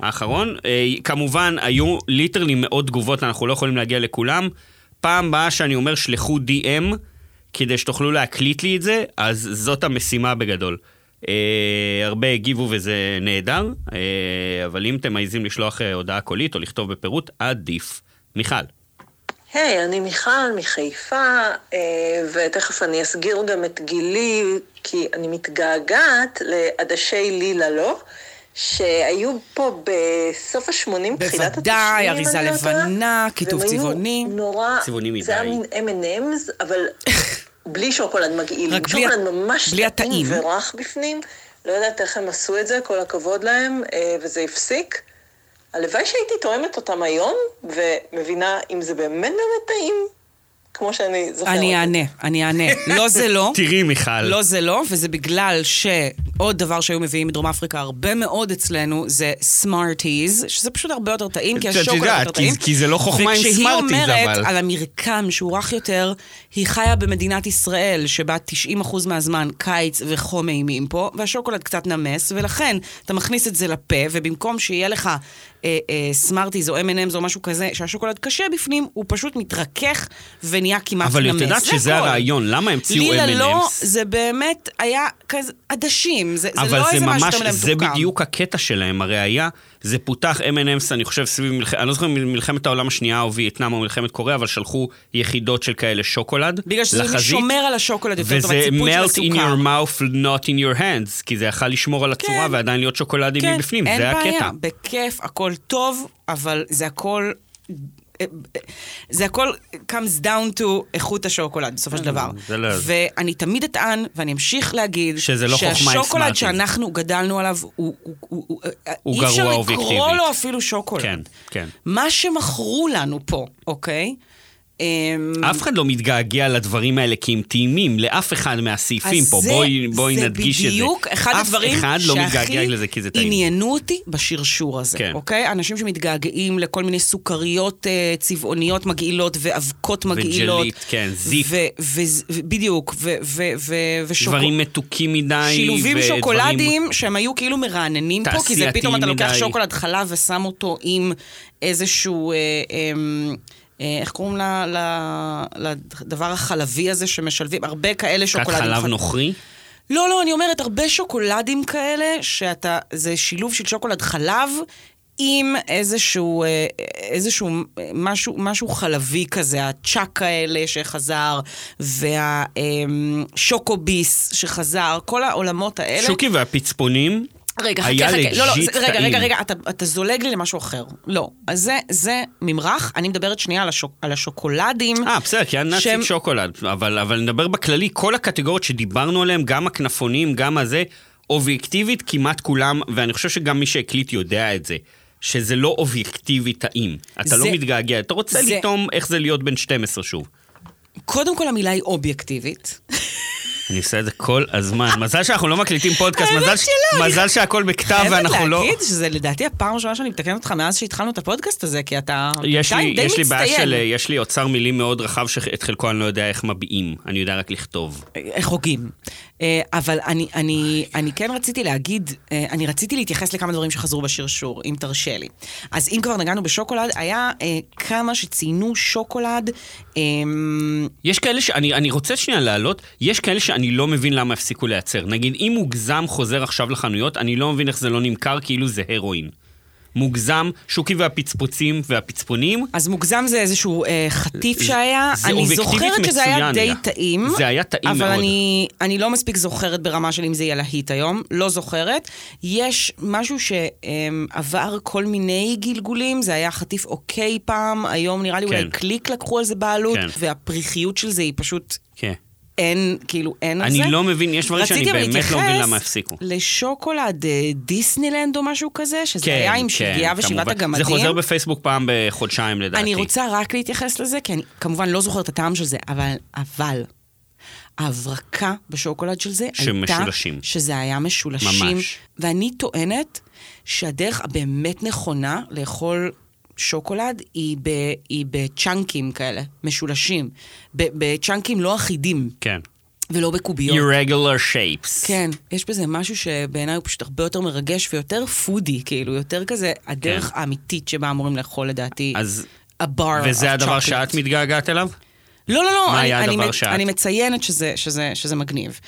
B: האחרון. אה, כמובן, היו ליטרלי מאות תגובות, אנחנו לא יכולים להגיע לכולם. פעם באה שאני אומר שלחו DM, כדי שתוכלו להקליט לי את זה, אז זאת המשימה בגדול. אה, הרבה הגיבו וזה נהדר, אה, אבל אם אתם מעיזים לשלוח אה, הודעה קולית או לכתוב בפירוט, עדיף. מיכל.
F: היי, אני מיכל מחיפה, אה, ותכף אני אסגיר גם את גילי, כי אני מתגעגעת לעדשי לילה לא, שהיו פה בסוף ה-80, תחילת ה-90,
C: בוודאי, אריזה לבנה, כיתוב צבעוני.
F: והם היו נורא,
B: צבעוני
F: זה היה
B: מדי.
F: מין M&M's, אבל בלי שוקולד מגעיל.
C: רק בלי ה-
F: שוקולד ממש
C: בלי
F: טעים
C: הטעים.
F: ורח בפנים. לא יודעת איך הם עשו את זה, כל הכבוד להם, אה, וזה הפסיק. הלוואי שהייתי תואמת אותם היום, ומבינה אם זה באמת באמת טעים, כמו שאני זוכרת.
C: אני אענה, אני אענה. לא זה לא.
B: תראי, מיכל.
C: לא זה לא, וזה בגלל שעוד דבר שהיו מביאים מדרום אפריקה הרבה מאוד אצלנו, זה סמארטיז, שזה פשוט הרבה יותר טעים, כי
B: את
C: השוקולד
B: יודעת,
C: יותר
B: כי-
C: טעים.
B: כי זה לא חוכמה עם
C: וכשהיא
B: Smarties,
C: אומרת
B: אבל.
C: על המרקם שהוא רך יותר, היא חיה במדינת ישראל, שבה 90% מהזמן קיץ וחום אימים פה, והשוקולד קצת נמס, ולכן אתה מכניס את זה לפה, ובמקום שיהיה לך אה, אה, סמארטיז או M&M's או משהו כזה, שהשוקולד קשה בפנים, הוא פשוט מתרכך ונהיה כמעט
B: אבל
C: נמס.
B: את יודעת
C: זה
B: שזה
C: הכל.
B: הרעיון, למה המציאו M&M's?
C: לילה לא, זה באמת היה כזה עדשים, זה, זה
B: אבל
C: לא
B: זה
C: איזה משהו
B: ממש,
C: שאתה מנהל
B: זה בדיוק הקטע שלהם, הרי היה, זה פותח M&M's, אני חושב, סביב מלחמת, אני לא זוכר אם מלחמת העולם השנייה או וייטנאם או מלחמת קוריאה, אבל שלחו יחידות של כאלה שוקולד
C: בגלל שזה
B: לחזית,
C: שומר על השוקולד יותר טוב,
B: וזה
C: הציפוי של
B: melt in
C: הסוכר.
B: your mouth, not in your hands, כי זה יכל לשמור על הצורה
C: כן.
B: ועדיין להיות שוקולדי
C: כן,
B: מבפנים,
C: אין
B: זה
C: בעיה,
B: הקטע.
C: בכיף, הכל טוב, אבל זה הכל... זה הכל comes down to איכות השוקולד בסופו של דבר.
B: זה לא-
C: ואני תמיד אטען, ואני אמשיך להגיד,
B: שזה לא חוכמה עם סמארטים.
C: שהשוקולד שאנחנו גדלנו עליו, הוא, הוא, הוא, הוא, אה,
B: הוא
C: אי
B: גרוע
C: אפשר לקרוא
B: אובייקטיבית.
C: לו אפילו שוקולד.
B: כן, כן.
C: מה שמכרו לנו פה, אוקיי? אמ,
B: אף אחד לא מתגעגע לדברים האלה כי הם טעימים לאף אחד מהסעיפים
C: אז
B: פה,
C: זה-
B: בואי, בואי
C: זה
B: נדגיש את זה.
C: בדיוק אחד הדברים
B: אף אחד לא מתגעגע
C: שהכי
B: לזה כי זה טעים.
C: עניינו אותי בשרשור הזה,
B: כן.
C: אוקיי? אנשים שמתגעגעים לכל מיני סוכריות אה, צבעוניות מגעילות ואבקות מגעילות.
B: וג'לית, כן, זיפ.
C: ו- ו- ו- בדיוק, ו- ו- ו- ושוקו-
B: דברים מתוקים מדי,
C: שילובים
B: ודברים-
C: שוקולדים שהם היו כאילו מרעננים פה, כי זה
B: תעשייתיים
C: פתאום אתה לוקח
B: מדי.
C: שוקולד חלב ושם אותו עם איזשהו... אה, אה, אה, איך קוראים ל- ל- לדבר החלבי הזה שמשלבים? הרבה כאלה
B: קצת
C: שוקולדים.
B: חלב
C: חל-
B: נוכרי.
C: לא, לא, אני אומרת, הרבה שוקולדים כאלה, שאתה, זה שילוב של שוקולד חלב עם איזשהו, אה, איזשהו אה, משהו, משהו חלבי כזה, הצ'אק האלה שחזר, והשוקוביס שחזר, כל העולמות האלה.
B: שוקי והפצפונים.
C: רגע,
B: היה
C: חכה, חכה. לא, לא,
B: לג'יט
C: זה- רגע,
B: טעים.
C: רגע, רגע, אתה, אתה זולג לי למשהו אחר. לא. אז זה, זה ממרח, אני מדברת שנייה על, השוק, על השוקולדים.
B: אה, בסדר, כי היה נאצים
C: שהם-
B: שוקולד, אבל, אבל נדבר בכללי, כל הקטגוריות שדיברנו עליהן, גם הכנפונים, גם הזה, אובייקטיבית כמעט כולם, ואני חושב שגם מי שהקליט יודע את זה, שזה לא אובייקטיבי טעים. אתה
C: זה-
B: לא מתגעגע, אתה רוצה
C: זה-
B: לטעום איך זה להיות בן 12 שוב.
C: קודם כל המילה היא אובייקטיבית.
B: אני עושה את זה כל הזמן. מזל שאנחנו לא מקליטים פודקאסט,
C: האמת
B: מזל, ש...
C: שלא, אני-
B: מזל שהכל בכתב ואנחנו לא...
C: חייבת להגיד שזה לדעתי הפעם הראשונה שאני מתקנת אותך מאז שהתחלנו את הפודקאסט הזה, כי אתה
B: יש לי,
C: אוקיי, די
B: יש לי בעיה
C: מצטיין.
B: של, אה, יש לי אוצר מילים מאוד רחב שאת חלקו אני לא יודע איך מביעים, אני יודע רק לכתוב.
C: אה, חוגים. אה, אבל אני, אני, אני כן רציתי להגיד, אה, אני רציתי להתייחס לכמה דברים שחזרו בשרשור, אם תרשה לי. אז אם כבר נגענו בשוקולד, היה אה, כמה שציינו שוקולד. אה,
B: יש כאלה שאני אני רוצה שנייה להעלות, יש כאלה שאני לא מבין למה הפסיקו לייצר. נגיד, אם מוגזם חוזר עכשיו לחנויות, אני לא מבין איך זה לא נמכר, כאילו זה הרואין. מוגזם, שוקי והפצפוצים והפצפונים.
C: אז מוגזם זה איזשהו אה, חטיף שהיה,
B: זה
C: אני
B: אובייקטיבית
C: זוכרת שזה היה
B: מצוין
C: די
B: היה.
C: טעים.
B: זה היה טעים
C: אבל
B: מאוד.
C: אבל אני, אני לא מספיק זוכרת ברמה של אם זה יהיה להיט היום, לא זוכרת. יש משהו שעבר כל מיני גלגולים, זה היה חטיף אוקיי פעם, היום נראה לי
B: כן.
C: אולי קליק לקחו על זה בעלות,
B: כן.
C: והפריחיות של זה היא פשוט
B: כן.
C: אין, כאילו, אין על
B: אני
C: זה.
B: לא מבין, יש דברים שאני
C: רציתי אבל
B: באמת לא
C: להתייחס
B: מבין למה הפסיקו.
C: לשוקולד אה, דיסנילנד או משהו כזה, שזה
B: כן,
C: היה עם
B: כן,
C: שגיאה ושבעת
B: כמובן.
C: הגמדים.
B: זה חוזר בפייסבוק פעם בחודשיים לדעתי.
C: אני רוצה רק להתייחס לזה, כי אני כמובן לא זוכרת את הטעם של זה, אבל, אבל, ההברקה בשוקולד של זה הייתה...
B: שמשולשים.
C: שזה היה משולשים.
B: ממש.
C: ואני טוענת שהדרך הבאמת נכונה לאכול שוקולד היא, ב, היא בצ'אנקים כאלה, משולשים. ב- בצ'אנקים לא אחידים.
B: כן.
C: ולא בקוביות.
B: irregular shapes.
C: כן, יש בזה משהו שבעיניי הוא פשוט הרבה יותר מרגש ויותר פודי, כאילו, יותר כזה הדרך
B: כן.
C: האמיתית שבה אמורים לאכול לדעתי.
B: אז-
C: a bar
B: וזה
C: of
B: הדבר
C: chocolate.
B: שאת מתגעגעת אליו?
C: לא, לא, לא,
B: מה
C: אני,
B: היה
C: אני,
B: הדבר
C: מצ-
B: שאת?
C: אני מציינת שזה, שזה, שזה מגניב.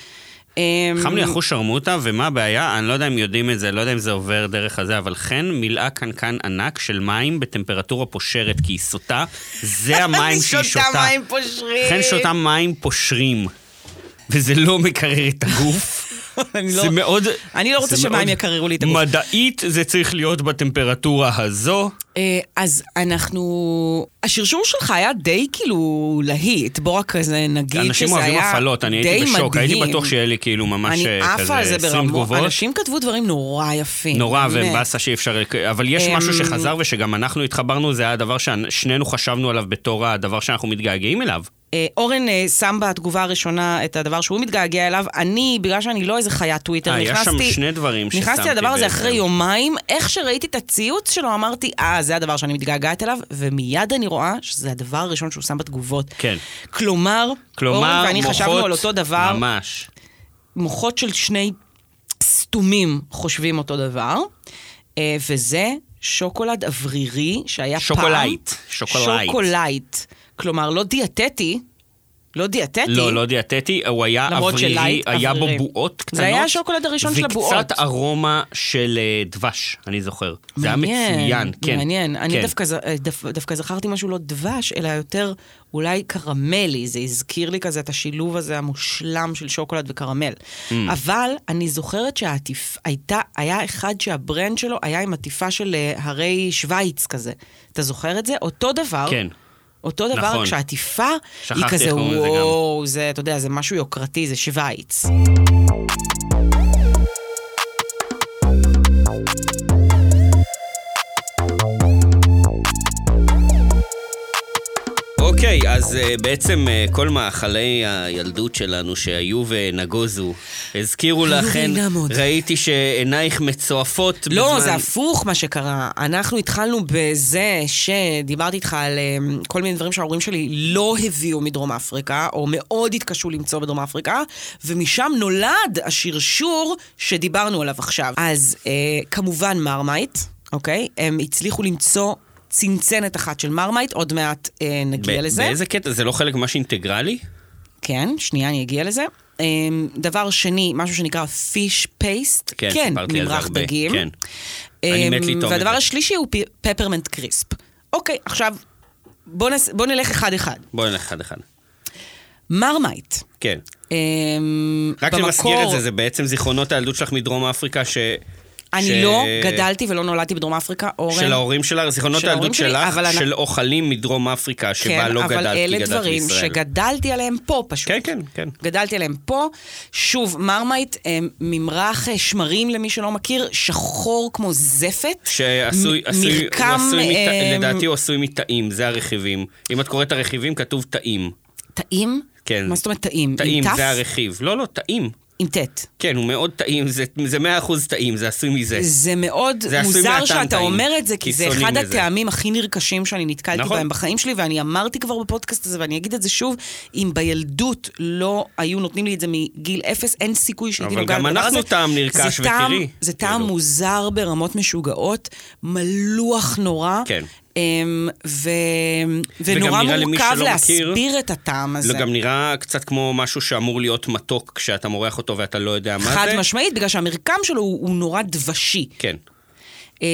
B: חם לי
C: אמ,
B: אחוש שרמוטה, ומה הבעיה? אני לא יודע אם יודעים את זה, לא יודע אם זה עובר דרך הזה, אבל חן מילאה קנקן ענק של מים בטמפרטורה פושרת, כי היא סוטה, זה המים שהיא שותה.
C: שותה מים פושרים.
B: חן שותה מים פושרים, וזה לא מקרר את הגוף.
C: אני לא-
B: זה מאוד...
C: אני לא רוצה
B: זה
C: שמים
B: מאוד-
C: יקררו לי את הגוף.
B: מדעית זה צריך להיות בטמפרטורה הזו.
C: אה, אז אנחנו... השרשור שלך היה די כאילו להיט, בוא רק כזה נגיד
B: אנשים
C: שזה
B: אוהבים
C: היה
B: הפעלות, אני
C: די
B: הייתי בשוק,
C: מדהים.
B: הייתי בטוח שיהיה לי כאילו ממש
C: אני
B: אה,
C: עפה על
B: כזה
C: זה
B: 20
C: ברמות.
B: תגובות.
C: אנשים כתבו דברים נורא יפים.
B: נורא
C: אה, באמת.
B: ובאסה שאי אפשר, לק- אבל יש
C: אמ,
B: משהו שחזר ושגם אנחנו התחברנו, זה היה הדבר ששנינו חשבנו עליו בתור הדבר שאנחנו מתגעגעים אליו.
C: אה, אורן אה, שם בתגובה הראשונה את הדבר שהוא מתגעגע אליו. אני, בגלל שאני לא איזה חיית טוויטר,
B: אה, יש
C: נכנסתי...
B: שם שני דברים
C: נכנסתי
B: ששמתי
C: לדבר הזה
B: בעצם.
C: אחרי יומיים, איך שראיתי את הציוץ שלו, אמרתי, אה, זה הדבר שאני מתגעגעת אליו, ומיד אני רואה שזה הדבר הראשון שהוא שם בתגובות.
B: כן.
C: כלומר,
B: כלומר,
C: אורן ואני
B: מוחות,
C: חשבנו על אותו דבר,
B: ממש.
C: מוחות של שני סתומים חושבים אותו דבר, אה, וזה שוקולד אוורירי שהיה
B: שוקולייט,
C: פעם...
B: שוקולייט.
C: שוקולייט. כלומר, לא דיאטטי, לא דיאטטי.
B: לא, לא דיאטטי, הוא היה
C: למרות
B: אוורירי,
C: שלייט
B: היה בו
C: אוורירי.
B: בועות קטנות.
C: זה היה השוקולד הראשון של הבועות.
B: וקצת ארומה של אה, דבש, אני זוכר. זה היה
C: מעניין,
B: מצוין, כן.
C: מעניין. אני
B: כן.
C: דווקא, ז- אה, דו, דווקא זכרתי משהו לא דבש, אלא יותר אולי קרמלי. זה הזכיר לי כזה את השילוב הזה המושלם של שוקולד וקרמל. Mm. אבל אני זוכרת שהייתה, היה אחד שהברנד שלו היה עם עטיפה של אה, הרי שווייץ כזה. אתה זוכר את זה? אותו דבר.
B: כן.
C: אותו דבר,
B: נכון.
C: רק שהעטיפה היא
B: שכחתי
C: כזה,
B: איך קוראים לזה גם.
C: וואו, זה, אתה יודע, זה משהו יוקרתי, זה שווייץ.
B: אוקיי, אז אה, בעצם אה, כל מאכלי הילדות שלנו שהיו ונגוזו, הזכירו
C: היו
B: לכן,
C: ואינם עוד.
B: ראיתי שעינייך מצועפות בזמן...
C: לא, זה הפוך מה שקרה. אנחנו התחלנו בזה שדיברתי איתך על אמ, כל מיני דברים שההורים שלי לא הביאו מדרום אפריקה, או מאוד התקשו למצוא בדרום אפריקה, ומשם נולד השרשור שדיברנו עליו עכשיו. אז אה, כמובן מרמייט, אוקיי? הם הצליחו למצוא צנצנת אחת של מרמייט, עוד מעט אה, נגיע
B: ב-
C: לזה.
B: באיזה קטע? זה לא חלק ממש אינטגרלי?
C: כן, שנייה, אני אגיע לזה. אמ, דבר שני, משהו שנקרא פיש פייסט.
B: כן, סיפרת לי על זה
C: ממרח
B: הרבה,
C: דגים.
B: כן. אני מת
C: אמ,
B: לטעום את
C: והדבר
B: זה.
C: השלישי הוא פ- פפרמנט קריספ. אוקיי, עכשיו, בוא, נס... בוא נלך אחד-אחד.
B: בואי נלך אחד אחד.
C: מרמייט.
B: כן.
C: אמ,
B: רק
C: במקור,
B: למזכיר את זה, זה בעצם זיכרונות הילדות שלך מדרום אפריקה, ש...
C: אני
B: ש-
C: לא גדלתי ולא נולדתי בדרום אפריקה, אורן.
B: של ההורים שלך, זיכרונות
C: של ההורים
B: הילדות
C: שלי,
B: שלך,
C: אבל אני-
B: של אוכלים מדרום אפריקה, שבה
C: כן,
B: לא גדלת, כי
C: אבל
B: גדלת בישראל.
C: אלה דברים שגדלתי עליהם פה פשוט.
B: כן, כן, כן.
C: גדלתי עליהם פה. שוב, מרמייט, אה, ממרח אה, שמרים למי שלא מכיר, שחור כמו זפת.
B: שעשוי,
C: מ-
B: עשוי, הוא עשוי,
C: אה,
B: מת, לדעתי הוא עשוי מתאים, זה הרכיבים. אם את קוראת את הרכיבים, כתוב תאים.
C: טעים?
B: כן.
C: מה זאת אומרת טעים? עם
B: תאים
C: תף?
B: זה הרכיב. לא, לא, תאים.
C: עם טית.
B: כן, הוא מאוד טעים, זה- זה מאה אחוז טעים, זה עשוי מזה.
C: זה מאוד
B: זה עשוי
C: מוזר
B: מהטעם
C: שאתה
B: טעים.
C: אומר את זה, כי
B: כי
C: זה
B: שונאים
C: אחד
B: את זה.
C: הטעמים הכי נרכשים שאני נתקלתי
B: נכון.
C: בהם בחיים שלי, ואני אמרתי כבר בפודקאסט הזה, ואני אגיד את זה שוב, אם בילדות לא היו נותנים לי את זה מגיל אפס, אין סיכוי שהייתי
B: אבל
C: נוגעת
B: גם
C: בדבר הזה.
B: אנחנו טעם נרכש,
C: זה טעם-
B: ותראי,
C: זה טעם
B: כאילו.
C: מוזר ברמות משוגעות, מלוח נורא.
B: כן.
C: אמ, ו...
B: וגם
C: ונורא
B: נראה למי
C: מורכב
B: שלא מכיר-
C: להסביר את הטעם הזה.
B: זה גם נראה קצת כמו משהו שאמור להיות מתוק כשאתה מורח אותו ואתה לא יודע מה זה.
C: חד משמעית, בגלל שהמרקם שלו הוא, הוא נורא דבשי,
B: כן,
C: אה,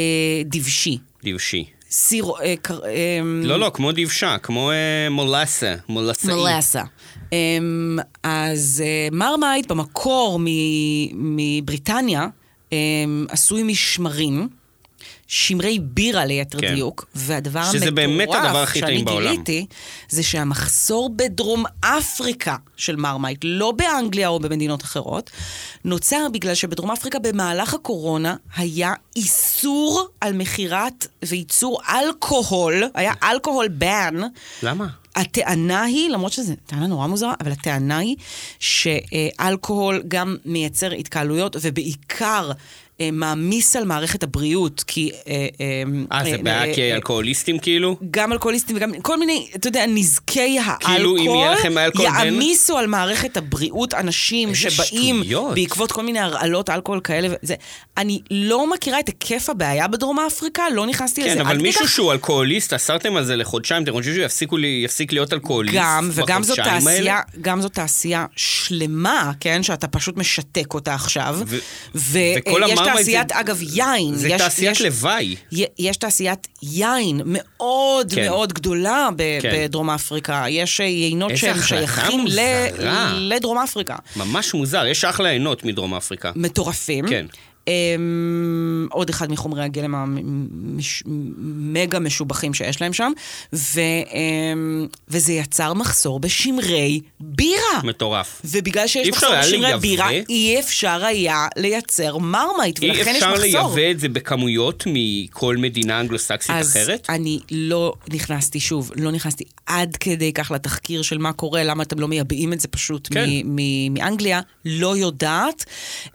C: דבשי.
B: דבשי.
C: סיר... אה, קר, אה,
B: לא, לא, כמו דבשה, כמו אה, מולסה, מולסאי.
C: מלאסה. אמ, אז אה, מרמייט במקור מ- מבריטניה אמ, עשוי משמרים, שמרי בירה ליתר
B: כן.
C: דיוק, והדבר
B: שזה באמת הדבר
C: המטורף
B: הכי
C: שאני
B: טעים בעולם.
C: גיליתי, זה שהמחסור בדרום אפריקה של מרמייט, לא באנגליה או במדינות אחרות, נוצר בגלל שבדרום אפריקה במהלך הקורונה היה איסור על מכירת וייצור אלכוהול, היה אלכוהול ban.
B: למה?
C: הטענה היא, למרות שזו טענה נורא מוזרה, אבל הטענה היא שאלכוהול גם מייצר התקהלויות, ובעיקר אה, מעמיס על מערכת הבריאות, כי... אה,
B: אה, זה
C: אה,
B: בעיה
C: אה, אה,
B: כאלכוהוליסטים כאילו?
C: גם אלכוהוליסטים וגם כל מיני, אתה יודע, נזקי האלכוהול,
B: כאילו, אם יהיה לכם אלכוהול בין-
C: יעמיסו על מערכת הבריאות אנשים
B: איזה
C: שבאים
B: שטויות.
C: בעקבות כל מיני הרעלות אלכוהול כאלה. וזה, אני לא מכירה את היקף הבעיה בדרום אפריקה, לא נכנסתי לזה.
B: כן, אבל
C: עד כדי
B: מישהו
C: כך-
B: שהוא אלכוהוליסט, אסרתם על זה לחודשיים, אתם חושבים שהוא יפסיקו לי- יפסיק להיות אלכוהוליסט
C: גם, וגם זו
B: בחודשיים
C: תעשייה,
B: האלה?
C: גם זו תעשייה שלמה, כן, שאתה פשוט משתק אותה עכשיו.
B: ו- וכל
C: ויש
B: המרמרה
C: תעשיית,
B: זה-
C: אגב, יין.
B: זה
C: יש-
B: תעשיית
C: יש-
B: לוואי.
C: י- יש תעשיית יין מאוד
B: כן.
C: כן. מאוד גדולה ב-
B: כן.
C: כן. בדרום אפריקה. יש אה, יינות
B: איזה
C: שהם
B: החלטה
C: שייכים ל-
B: מוזרה.
C: לדרום אפריקה.
B: ממש מוזר, יש אחלה עינות מדרום אפריקה.
C: מטורפים.
B: כן.
C: אמ, עוד אחד מחומרי הגלם המגה משובחים שיש להם שם, ו, אמ, וזה יצר מחסור בשמרי בירה.
B: מטורף.
C: ובגלל שיש
B: אי אפשר
C: מחסור
B: היה
C: בשמרי
B: לייבא?
C: בירה, אי אפשר היה לייצר מרמייט,
B: אי
C: ולכן יש
B: אפשר
C: מחסור.
B: לייבא את זה בכמויות מכל מדינה אנגלוסקסית
C: אז
B: אחרת?
C: אני לא נכנסתי, שוב, לא נכנסתי עד כדי כך לתחקיר של מה קורה, למה אתם לא מייבאים את זה פשוט
B: כן.
C: כן. מ- מ- מאנגליה, לא יודעת.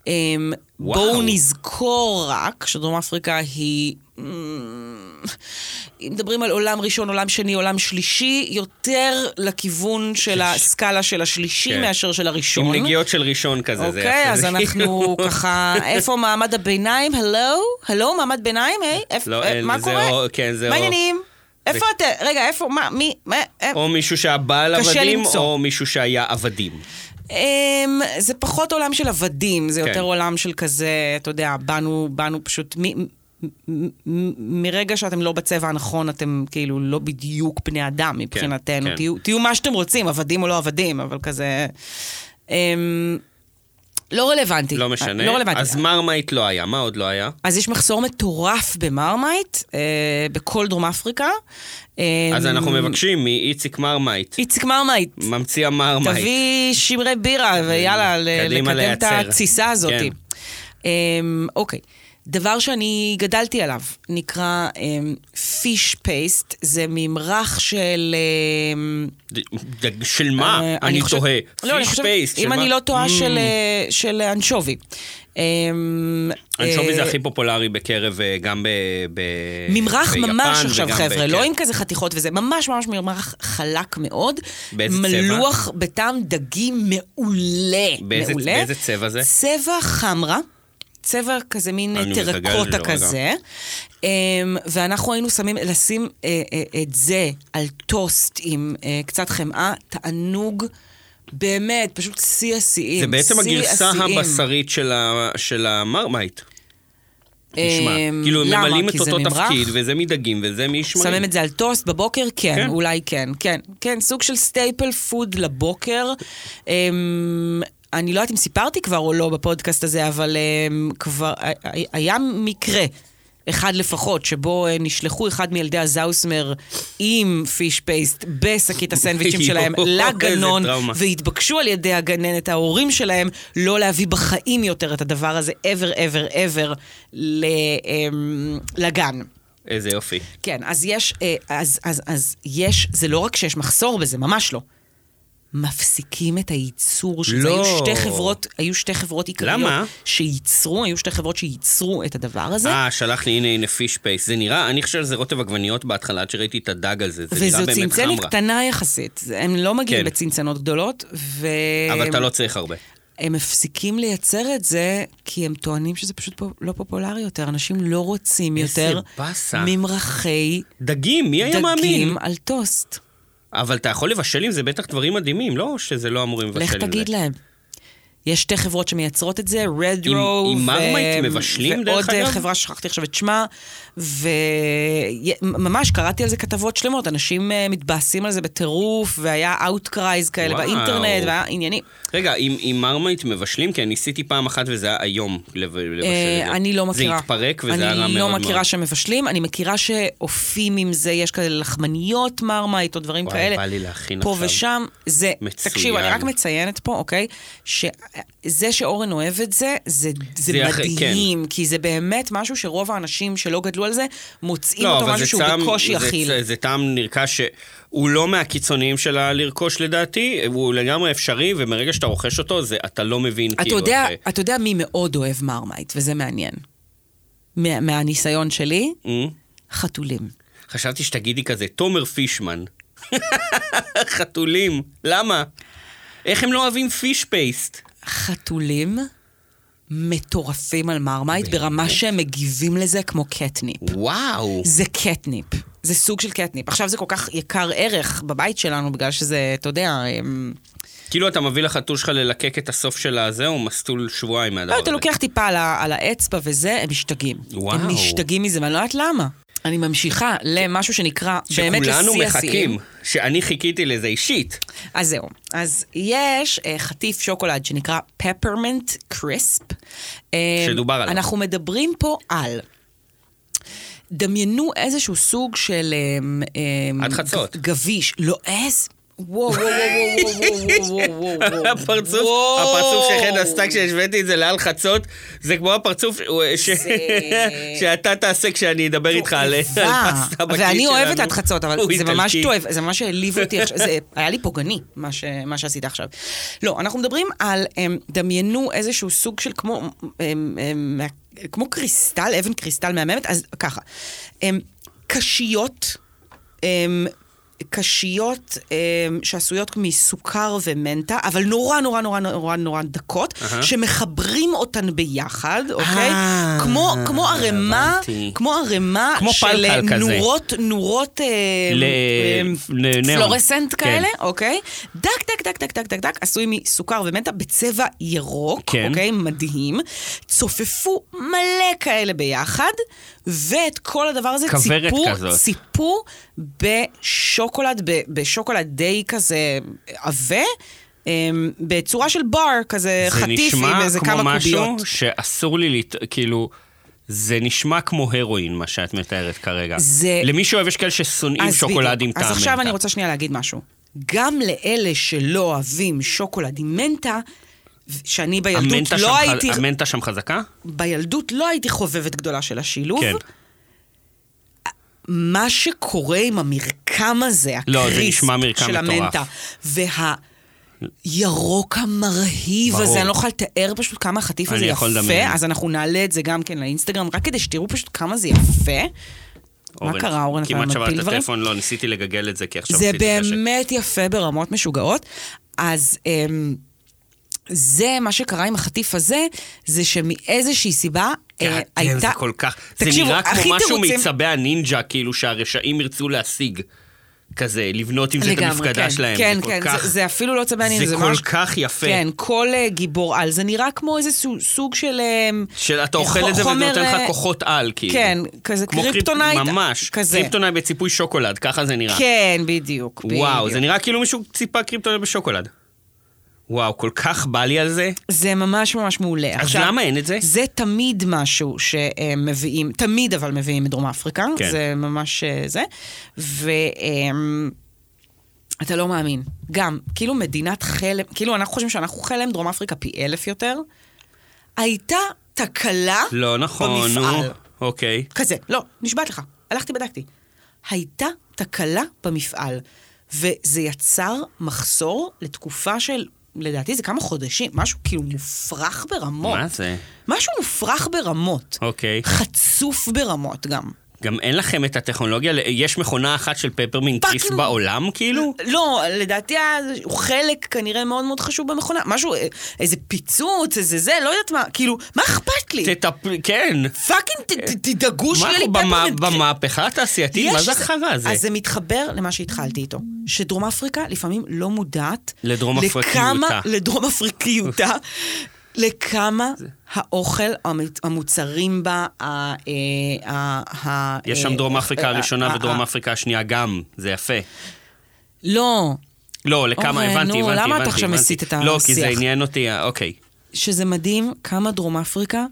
C: אמ,
B: וואו.
C: בואו נזכור רק שדרום אפריקה היא... אמ, אם מדברים על עולם ראשון, עולם שני, עולם שלישי, יותר לכיוון של הסקאלה של השלישי
B: כן.
C: מאשר של הראשון.
B: עם נגיעות של ראשון כזה. זה
C: אוקיי,
B: יפה,
C: אז
B: זה
C: אנחנו
B: כאילו-
C: ככה, איפה מעמד הביניים? הלו? הלו, מעמד ביניים? היי, איפ-
B: לא,
C: אה,
B: אין,
C: מה
B: זה
C: קורה?
B: או- כן, זה
C: מה
B: או-
C: העניינים? איפה אתם? רגע, איפה? מה? מי? מה? אה,
B: או מישהו שהיה בעל
C: קשה
B: עבדים,
C: למצוא.
B: או מישהו שהיה עבדים.
C: אמ, זה פחות עולם של עבדים, זה
B: כן.
C: יותר עולם של כזה, אתה יודע, באנו, באנו פשוט... מ- מ- מ- מ- מרגע שאתם לא בצבע הנכון, אתם כאילו לא בדיוק בני אדם מבחינתנו.
B: כן.
C: תהיו- תהיו מה שאתם רוצים, עבדים או לא עבדים, אבל כזה... אמ, לא רלוונטי.
B: לא משנה.
C: לא רלוונטי.
B: אז מרמייט לא היה, מה עוד לא היה?
C: אז יש מחסור מטורף במרמייט, אה, בכל דרום אפריקה. אה,
B: אז אנחנו מבקשים מאיציק מרמייט,
C: איציק מרמייט,
B: ממציא המרמייט.
C: תביא שמרי בירה, ויאללה, ל-
B: קדימה
C: לקדם את
B: לייצר.
C: התסיסה הזאת.
B: כן.
C: אה, אוקיי. דבר שאני גדלתי עליו נקרא פיש פייסט, זה ממרח של... אה,
B: ד- ד- של מה?
C: אה,
B: אני
C: חושבת-
B: תוהה.
C: לא, אני
B: פיש
C: חושבת-
B: פייסט, של
C: אם
B: מה? Hmm. Mm.
C: אני לא טועה, של, אה, של אנשובי. אה,
B: אנשובי זה
C: אה,
B: הכי פופולרי בקרב, אה, גם ב... ב-
C: ממרח
B: אה, ביפן
C: ממש עכשיו,
B: וגם ב-
C: חבר'ה, לא
B: כן.
C: עם כזה חתיכות וזה, ממש ממש ממרח חלק מאוד.
B: באיזה צבע?
C: מלוח בטעם דגים מעולה.
B: באיזה-
C: מעולה.
B: באיזה צבע זה?
C: צבע חמרה. צבע כזה מין
B: אני מסתכל
C: טרקוטה
B: לא,
C: כזה. אמ, ואנחנו היינו שמים, לשים אה, אה, את זה על טוסט עם אה, קצת חמאה, תענוג, באמת, פשוט שיא השיאים.
B: זה בעצם
C: שיא
B: הגרסה
C: השיאים.
B: הבשרית של ה- של המרמייט. נשמע.
C: אמ,
B: כאילו, הם
C: למה?
B: ממלאים את
C: כי זה
B: אותו
C: ממרח?
B: תפקיד, וזה מדגים, וזה משמרים.
C: שמים את זה על טוסט בבוקר? כן,
B: כן.
C: כן, אולי כן, כן. כן, סוג של סטייפל פוד לבוקר. אמ, אני לא יודעת אם סיפרתי כבר או לא בפודקאסט הזה, אבל אמ, כבר ה- ה- היה מקרה. אחד לפחות, שבו אה, נשלחו אחד מילדי הזאוסמר עם פיש פייסט בשקית הסנדוויצ'ים שלהם
B: יואו, איזה
C: לגנון,
B: טראומה.
C: והתבקשו על ידי הגננת, ההורים שלהם, לא להביא בחיים יותר את הדבר הזה ever ever ever ל- אמ, לגן.
B: איזה יופי.
C: כן, אז יש, אה, אז, אז, אז יש, זה לא רק שיש מחסור בזה, ממש לא. מפסיקים את הייצור של זה.
B: לא.
C: היו שתי חברות, היו שתי חברות עיקריות.
B: למה?
C: שייצרו, היו שתי חברות שייצרו את הדבר הזה.
B: אה, שלח לי, הנה, הנה פיש פייס. זה נראה, אני חושב שזה רוטב עגבניות בהתחלה, עד שראיתי את הדג על זה. זה נראה
C: וזו
B: באמת
C: צנצנת
B: חמרה.
C: קטנה יחסית. זה- הם לא מגיעים
B: כן.
C: בצנצנות גדולות, ו...
B: אבל אתה לא צריך הרבה.
C: הם מפסיקים לייצר את זה, כי הם טוענים שזה פשוט פו- לא פופולרי יותר. אנשים לא רוצים
B: איזה
C: יותר
B: באסה.
C: ממרחי
B: דגים, מי היה מאמין?
C: דגים על טוסט.
B: אבל אתה יכול לבשל עם זה בטח דברים מדהימים, לא שזה לא אמורים לבשל עם
C: לך
B: זה.
C: תגיד להם. יש שתי חברות שמייצרות את זה, Red
B: עם-
C: Row,
B: עם
C: ו-
B: מרמייט מבשלים, דרך
C: ועוד
B: אגב?
C: אה, חברה ששכחתי עכשיו את שמה, וממש קראתי על זה כתבות שלמות, אנשים אה, מתבאסים על זה בטירוף, והיה Outcries כאלה
B: וואו.
C: באינטרנט, והיה עניינים.
B: רגע, עם, עם מרמייט מבשלים? כי אני ניסיתי פעם אחת וזה היה איום לב- לבשל את זה.
C: אה, אני לא מכירה.
B: זה התפרק וזה היה רע מאוד
C: אני
B: מאוד.
C: לא מכירה שמבשלים, אני מכירה שעופים עם זה, יש כאלה לחמניות מרמייט או דברים
B: וואי,
C: כאלה.
B: בא לי להכין
C: פה
B: עכשיו.
C: ושם, זה...
B: מצוין.
C: תקשיב, אני רק מציינת פה, אוקיי? שזה שאורן אוהב את זה, זה,
B: זה
C: זה,
B: כן. אחרי-
C: מדהים, כי זה באמת משהו שרוב האנשים שלא גדלו על זה, מוצאים
B: לא,
C: אותו
B: אבל
C: משהו
B: זה
C: שהוא
B: טעם,
C: בקושי
B: זה,
C: אכיל.
B: זה, זה טעם נרכש שהוא לא מהקיצוניים של הלרכוש לדעתי, הוא לגמרי אפשרי, ומרגע שאתה רוכש אותו, זה, אתה לא מבין
C: אתה יודע,
B: זה-
C: אתה יודע מי מאוד אוהב מרמייט, וזה מעניין. מה- מהניסיון שלי, חתולים.
B: אה, חשבתי שתגידי כזה, תומר פישמן. חתולים, למה? איך הם לא אוהבים פיש פייסט?
C: חתולים מטורפים על מרמייט ברמה שהם מגיבים לזה כמו קטניפ.
B: וואו.
C: זה קטניפ. זה סוג של קטניפ. עכשיו זה כל כך יקר ערך בבית שלנו, בגלל שזה, אתה יודע, הם-
B: כאילו אתה מביא לחתול שלך ללקק את הסוף של הזה, הוא מסטול שבועיים מהדבר
C: לא,
B: הזה.
C: אתה לוקח טיפה על, ה- על האצבע וזה, הם משתגעים.
B: וואו.
C: הם משתגעים מזה, ואני לא יודעת למה. אני ממשיכה למשהו שנקרא, באמת לשיא
B: שכולנו
C: השיאים.
B: מחכים, שאני חיכיתי לזה אישית.
C: אז זהו. אז יש אה, חטיף שוקולד שנקרא פפרמנט קריספ.
B: שדובר עליו.
C: אנחנו מדברים פה על... דמיינו איזשהו סוג של... אמ, אמ,
B: עד חצות.
C: ג- גביש. לא, איזה... וואו, וואו, וואו, וואו, וואו, וואו, וואו, וואו.
B: הפרצוף,
C: וואו.
B: הפרצוף שחן עשתה כשהשוויתי את זה לאל חצות, זה כמו הפרצוף ש- שאתה תעשה כשאני אדבר איתך על על
C: אה,
B: פסטה בכיס
C: ואני אוהבת
B: שלנו.
C: עד חצות, אבל
B: הוא
C: זה ממש
B: איטלקי.
C: טוב, זה ממש העליב אותי עכשיו, זה היה לי פוגעני, מה ש- מה שעשית עכשיו. לא, אנחנו מדברים על, אמ, דמיינו איזשהו סוג של כמו, אמ, אמ, כמו קריסטל, אבן קריסטל מהממת, אז ככה, אמ, קשיות, אמ, קשיות אמ, שעשויות מסוכר ומנטה, אבל נורא נורא נורא נורא נורא דקות, שמחברים אותן ביחד, אוקיי?
B: אה,
C: כמו- כמו ערימה,
B: הבנתי.
C: כמו ערימה
B: כמו
C: של
B: פלקל כזה.
C: נורות, נורות אה,
B: ל-
C: אה,
B: לנאון.
C: פלורסנט
B: כן.
C: כאלה, אוקיי? דק, דק, דק, דק, דק, דק, דק, עשוי מסוכר ומנטה בצבע ירוק,
B: כן.
C: אוקיי? מדהים. צופפו מלא כאלה ביחד, ואת כל הדבר הזה
B: כוורת
C: ציפו,
B: כזאת.
C: ציפו בשוקולד, ב- בשוקולד די כזה עבה. אה, בצורה של בר, כזה חטיף עם איזה כמה קוביות.
B: זה נשמע כמו משהו שאסור לי, לת... כאילו, זה נשמע כמו הרואין, מה שאת מתארת כרגע.
C: זה-
B: למי שאוהב, יש כאלה ששונאים
C: אז
B: שוקולדים
C: בדיוק.
B: טעם.
C: אז עכשיו
B: מנטה.
C: אני רוצה שנייה להגיד משהו. גם לאלה שלא אוהבים שוקולד עם מנטה, ו- שאני בילדות
B: המנטה שם
C: לא
B: ח-
C: הייתי,
B: המנטה שם חזקה?
C: בילדות לא הייתי חובבת גדולה של השילוב.
B: כן.
C: מה שקורה עם המרקם הזה, הקריספ
B: לא, זה נשמע מרקם
C: של
B: מטורף.
C: המנטה, וה... ירוק המרהיב
B: ברור.
C: הזה, אני לא יכולה לתאר פשוט כמה החטיף
B: אני
C: הזה
B: יכול
C: יפה,
B: לדמיין.
C: אז אנחנו נעלה את זה גם כן לאינסטגרם, רק כדי שתראו פשוט כמה זה יפה. מה
B: אורן,
C: קרה, אורן? אתה
B: כמעט
C: מפיל
B: שברת את
C: דברים?
B: הטלפון, לא, ניסיתי לגגל את זה, כי עכשיו
C: זה
B: עשיתי את השקט.
C: באמת יפה ברמות משוגעות. אז אמ, זה מה שקרה עם החטיף הזה, זה שמאיזושהי סיבה
B: כן,
C: אה, הייתה...
B: זה כל כך,
C: תקשיבו,
B: זה נראה
C: הכי
B: כמו משהו
C: תירוצים-
B: מצבי הנינג'ה, כאילו שהרשעים ירצו להשיג. כזה, לבנות עם זה את
C: לגמרי,
B: המפקדה
C: כן,
B: שלהם.
C: כן,
B: כל
C: כן,
B: כך-
C: זה, זה אפילו לא צבעני,
B: זה
C: זה
B: כל
C: ממש-
B: כך יפה.
C: כן, כל אה, גיבור על, זה נראה כמו איזה סוג, סוג של... אמ,
B: שאתה
C: אה,
B: אוכל את זה וזה
C: חומר,
B: נותן לך
C: אה,
B: כוחות על, כאילו.
C: כן, כזה
B: כמו קריפ-
C: קריפטונייט,
B: ממש.
C: כזה.
B: קריפטונייט בציפוי שוקולד, ככה זה נראה.
C: כן, בדיוק, בדיוק.
B: וואו, זה נראה כאילו מישהו ציפה קריפטונייט בשוקולד. וואו, כל כך בא לי על זה.
C: זה ממש ממש מעולה.
B: אז למה אין את זה?
C: זה תמיד משהו שמביאים, תמיד אבל מביאים מדרום אפריקה,
B: כן.
C: כן. זה ממש אה, זה. ואתה לא מאמין. גם, כאילו מדינת חלם, כאילו אנחנו חושבים שאנחנו חלם, דרום אפריקה פי אלף יותר, הייתה תקלה
B: לא נכון,
C: במפעל.
B: נו. אוקיי.
C: כזה, לא, נשבעת לך. הלכתי, בדקתי. הייתה תקלה במפעל, וזה יצר מחסור לתקופה של, לדעתי זה כמה חודשים, משהו כאילו מופרך ברמות.
B: מה זה?
C: משהו מופרך ברמות.
B: אוקיי.
C: חצוף ברמות גם.
B: גם אין לכם את הטכנולוגיה, ל- יש מכונה אחת של פפרמינט
C: פאק, לא.
B: קריס
C: נו.
B: בעולם, כאילו?
C: לא, לדעתי אז הוא חלק כנראה מאוד מאוד חשוב במכונה. משהו, אה, איזה פיצוץ, איזה זה, לא יודעת מה, כאילו, מה אכפת לי?
B: תטפל... כן.
C: פאקינג ת- ת- תדאגו
B: מה,
C: שיהיה לי
B: במה-
C: פפרמינט. כן.
B: במהפכה התעשייתית? מה
C: יש
B: זה החרא הזה?
C: אז זה מתחבר למה שהתחלתי איתו, שדרום אפריקה לפעמים לא מודעת...
B: לדרום אפריקיותה.
C: לכמה, לדרום אפריקיותה, לכמה האוכל, המ- המוצרים בה, ה... ה- אה, ה- ה-
B: יש שם דרום
C: אה,
B: אפריקה
C: אה,
B: הראשונה
C: אה,
B: ודרום
C: אה,
B: אפריקה השנייה גם, זה יפה.
C: לא,
B: לא, לכמה,
C: אורן,
B: הבנתי, הבנתי,
C: נו,
B: הבנתי.
C: למה אתה עכשיו
B: הבנתי.
C: מסיט את
B: לא, כי זה
C: השיח?
B: עניין אותי, אה, אוקיי.
C: שזה מדהים כמה דרום אפריקה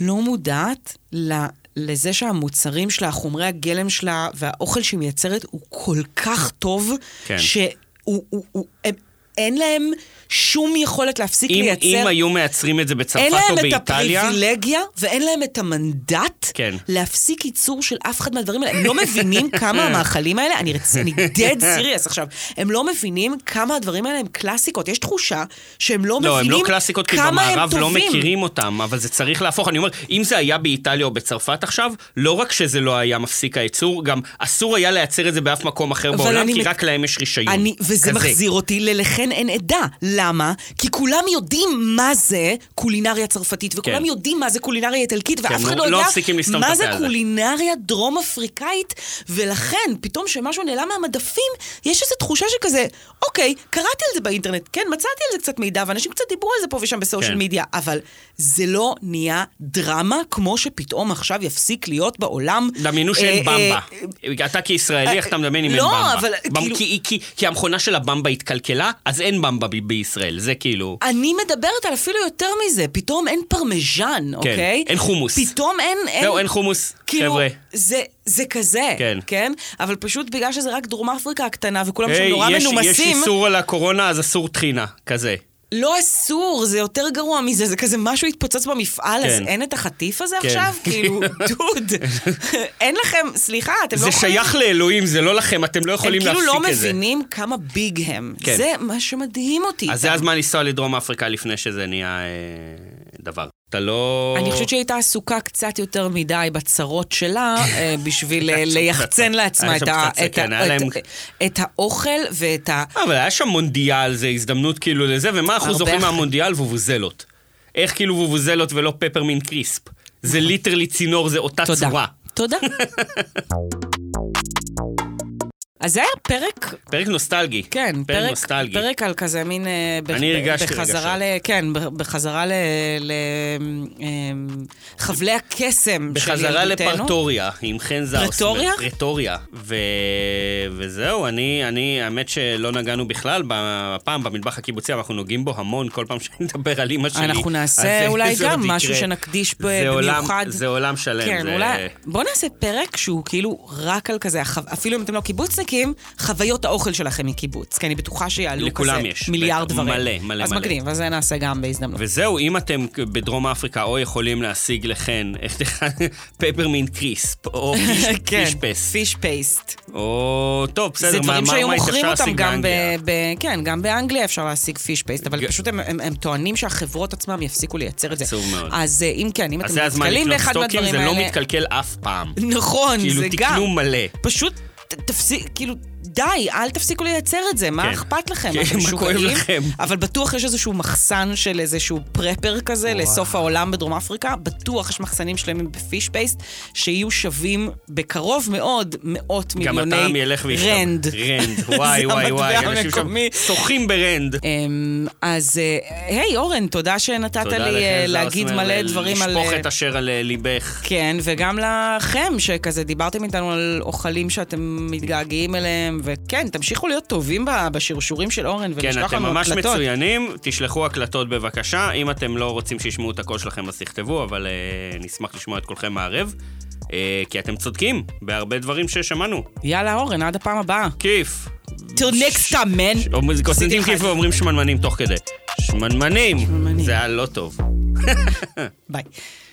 C: לא מודעת ל... לזה שהמוצרים שלה, חומרי הגלם שלה והאוכל שהיא מייצרת הוא כל כך טוב,
B: כן.
C: שהוא, הוא, הוא, הם, אין להם שום יכולת להפסיק
B: אם,
C: לייצר...
B: אם היו מייצרים את זה
C: אין
B: בצרפת או
C: להם את
B: באיטליה...
C: הפריבילגיה ואין להם את המנדט
B: כן.
C: להפסיק ייצור של אף אחד מהדברים האלה. הם לא מבינים כמה המאכלים האלה, אני רציני, dead serious עכשיו, הם לא מבינים כמה הדברים האלה הם קלאסיקות. יש תחושה שהם לא,
B: לא, הם
C: מבינים
B: לא קלאסיקות, כי
C: כמה הם
B: במערב
C: טובים.
B: לא מכירים אותם, אבל זה צריך להפוך. אני אומר, אם זה היה באיטליה או בצרפת עכשיו, לא רק שזה לא היה מפסיק הייצור, גם אסור היה לייצר את זה באף מקום אחר
C: אבל
B: בעולם,
C: אני
B: כי
C: מק-
B: רק להם יש רישיון.
C: אני, וזה
B: כזה.
C: מחזיר אותי ללכן אין עדה. למה? כי כולם יודעים מה זה קולינריה צרפתית, וכולם
B: כן.
C: יודעים מה זה קולינריה איטלקית, ואף
B: כן,
C: אחד
B: נו,
C: לא
B: לא
C: יודע
B: מפסיקים לסתום את
C: מה
B: הפה
C: זה
B: על זה.
C: קולינריה דרום אפריקאית, ולכן פתאום שמשהו נעלם מהמדפים, יש איזו תחושה שכזה, אוקיי, קראתי על זה באינטרנט, כן, מצאתי על זה קצת מידע, ואנשים קצת דיברו על זה פה ושם בסושיאל
B: כן.
C: מדיה, אבל זה לא נהיה דרמה כמו שפתאום עכשיו יפסיק להיות בעולם.
B: דמיינו שאין
C: אה, אה,
B: במבה. אתה כישראלי, איך אתה מדמיין אם אין
C: לא,
B: במבה?
C: אבל
B: במ-
C: כאילו-
B: כי- כי- כי המכונה של הבמבה התקלקלה, אז אין במבה ב- בישראל, זה כאילו...
C: אני מדברת על אפילו יותר מזה, פתאום אין פרמיז'ן, אוקיי?
B: כן, אין חומוס.
C: פתאום אין... אין
B: זהו, אין חומוס,
C: כאילו,
B: חבר'ה.
C: זה, זה כזה,
B: כן.
C: כן. כן? אבל פשוט בגלל שזה רק דרום אפריקה הקטנה, וכולם שם
B: היי,
C: נורא
B: יש- יש
C: מנומסים,
B: איסור על הקורונה, אז אסור טחינה, כזה.
C: לא אסור, זה יותר גרוע מזה, זה כזה משהו התפוצץ במפעל, אז
B: כן.
C: אין את החטיף הזה
B: כן.
C: עכשיו? כאילו, דוד, אין לכם, סליחה, אתם לא
B: זה
C: יכולים...
B: שייך לאלוהים, זה לא לכם, אתם לא
C: הם
B: יכולים
C: כאילו
B: להפסיק
C: לא
B: את זה.
C: מבינים כמה ביג הם.
B: כן.
C: זה מה שמדהים אותי.
B: אז זה הזמן לנסוע לדרום אפריקה לפני שזה נהיה אה, דבר. אתה לא...
C: אני חושבת שהיא הייתה עסוקה קצת יותר מדי בצרות שלה, אה, בשביל אה, ליחצן לעצמה
B: היה
C: את
B: שם
C: ה-
B: קצת,
C: את
B: כן, היה
C: ה-
B: להם-
C: את- את האוכל ואת ה...
B: אה, אבל היה שם מונדיאל, זה הזדמנות כאילו לזה, ומה אנחנו
C: הרבה
B: זוכרים
C: אחרי.
B: מהמונדיאל? וובוזלות. איך כאילו וובוזלות ולא פפרמינט קריספ? זה ליטרלי צינור, זה אותה
C: נכון. תודה.
B: צורה.
C: תודה. אז זה היה פרק,
B: פרק נוסטלגי.
C: כן,
B: פרק נוסטלגי.
C: פרק על כזה מין... אה, ב-
B: אני
C: ב-
B: הרגשתי
C: בחזרה ל... כן, ב- בחזרה ל... ל- אמ, חבלי הקסם של ילדותנו.
B: בחזרה לפרטוריה, עם חן זאוסמן.
C: פרטוריה?
B: פרטוריה. ו... וזהו, אני, אני, האמת שלא נגענו בכלל, הפעם במטבח הקיבוצי, אבל אנחנו נוגעים בו המון כל פעם שנדבר על אימא שלי.
C: אנחנו
B: אז
C: נעשה
B: זה-
C: אולי
B: זה
C: גם
B: עוד
C: משהו
B: יקרה.
C: שנקדיש ב-
B: זה עולם-
C: במיוחד.
B: זה עולם שלם.
C: כן,
B: זה...
C: אולי... בוא נעשה פרק שהוא כאילו רק על כזה, החו- אפילו אם אתם לא קיבוצניקים, חוויות האוכל שלכם מקיבוץ. כי אני בטוחה שיעלו כזה
B: לכולם יש,
C: מיליארד
B: בטח.
C: דברים.
B: מלא, מלא,
C: אז
B: מלא.
C: מגניב, אז זה נעשה גם בהזדמנות.
B: וזהו, אם אתם בדרום אפריקה או יכולים להשיג לכן פפרמינט קריספ, או פיש- פישפס,
C: כן, פיש פייסט.
B: או... טוב, בסדר,
C: זה דברים
B: מה- מה-
C: שהיו
B: מה התאפשר
C: מוכרים אותם
B: להשיג
C: גם ב...
B: באנגליה?
C: ב- כן, גם באנגליה אפשר להשיג פיש פייסט, אבל
B: ג-
C: פשוט הם- הם הם טוענים שהחברות עצמם יפסיקו לייצר את זה.
B: עצוב מאוד.
C: אז אה, אם כן, אם
B: אז
C: אתם
B: זה הזמן
C: נתקלים
B: לקנות
C: באחד
B: סטוקים,
C: מהדברים
B: זה לא
C: האלה...
B: מתקלקל אף פעם.
C: נכון,
B: כאילו,
C: זה גם.
B: תקנו מלא.
C: פשוט ת- תפסיק, כאילו, די, אל תפסיקו לייצר את זה,
B: כן.
C: מה אכפת לכם?
B: כן,
C: אתם
B: מה
C: משוגעים?
B: כואב לכם?
C: אבל בטוח יש איזשהו מחסן של איזשהו פרפר כזה לסוף העולם בדרום אפריקה, בטוח יש מחסנים שלמים בפיש פייסט, שיהיו שווים בקרוב מאוד מאות
B: גם
C: מיליוני
B: הטעם ילך וישתנה.
C: רנד.
B: רנד, וואי,
C: זה
B: וואי, וואי.
C: המטבע
B: אנשים שם
C: המקומי.
B: שוחים ברנד.
C: אמ, אז אה, היי, אורן, תודה שנתת
B: תודה
C: לי אה,
B: לכם,
C: להגיד
B: זאוסמן,
C: מלא דברים על...
B: לשפוך
C: אה,
B: את אשר על אה, ליבך.
C: כן, וגם לכם, שכזה דיברתם איתנו על אוכלים שאתם מתגעגעים אליהם, וכן, תמשיכו להיות טובים ב- בשרשורים של אורן
B: כן,
C: ולשלוח
B: אתם
C: לנו
B: ממש
C: הקלטות.
B: מצוינים, תשלחו הקלטות בבקשה. אם אתם לא רוצים שישמעו את הקול שלכם, אז תכתבו, אבל אה, נשמח לשמוע את כולכם הערב, אה, כי אתם צודקים בהרבה דברים ששמענו.
C: יאללה, אורן, עד הפעם הבאה.
B: כיף.
C: till next time, man.
B: ש- קוסטים כיף ואומרים שמנמנים תוך כדי. שמנמנים!
C: שמנמנים.
B: זה היה לא טוב.
C: ביי.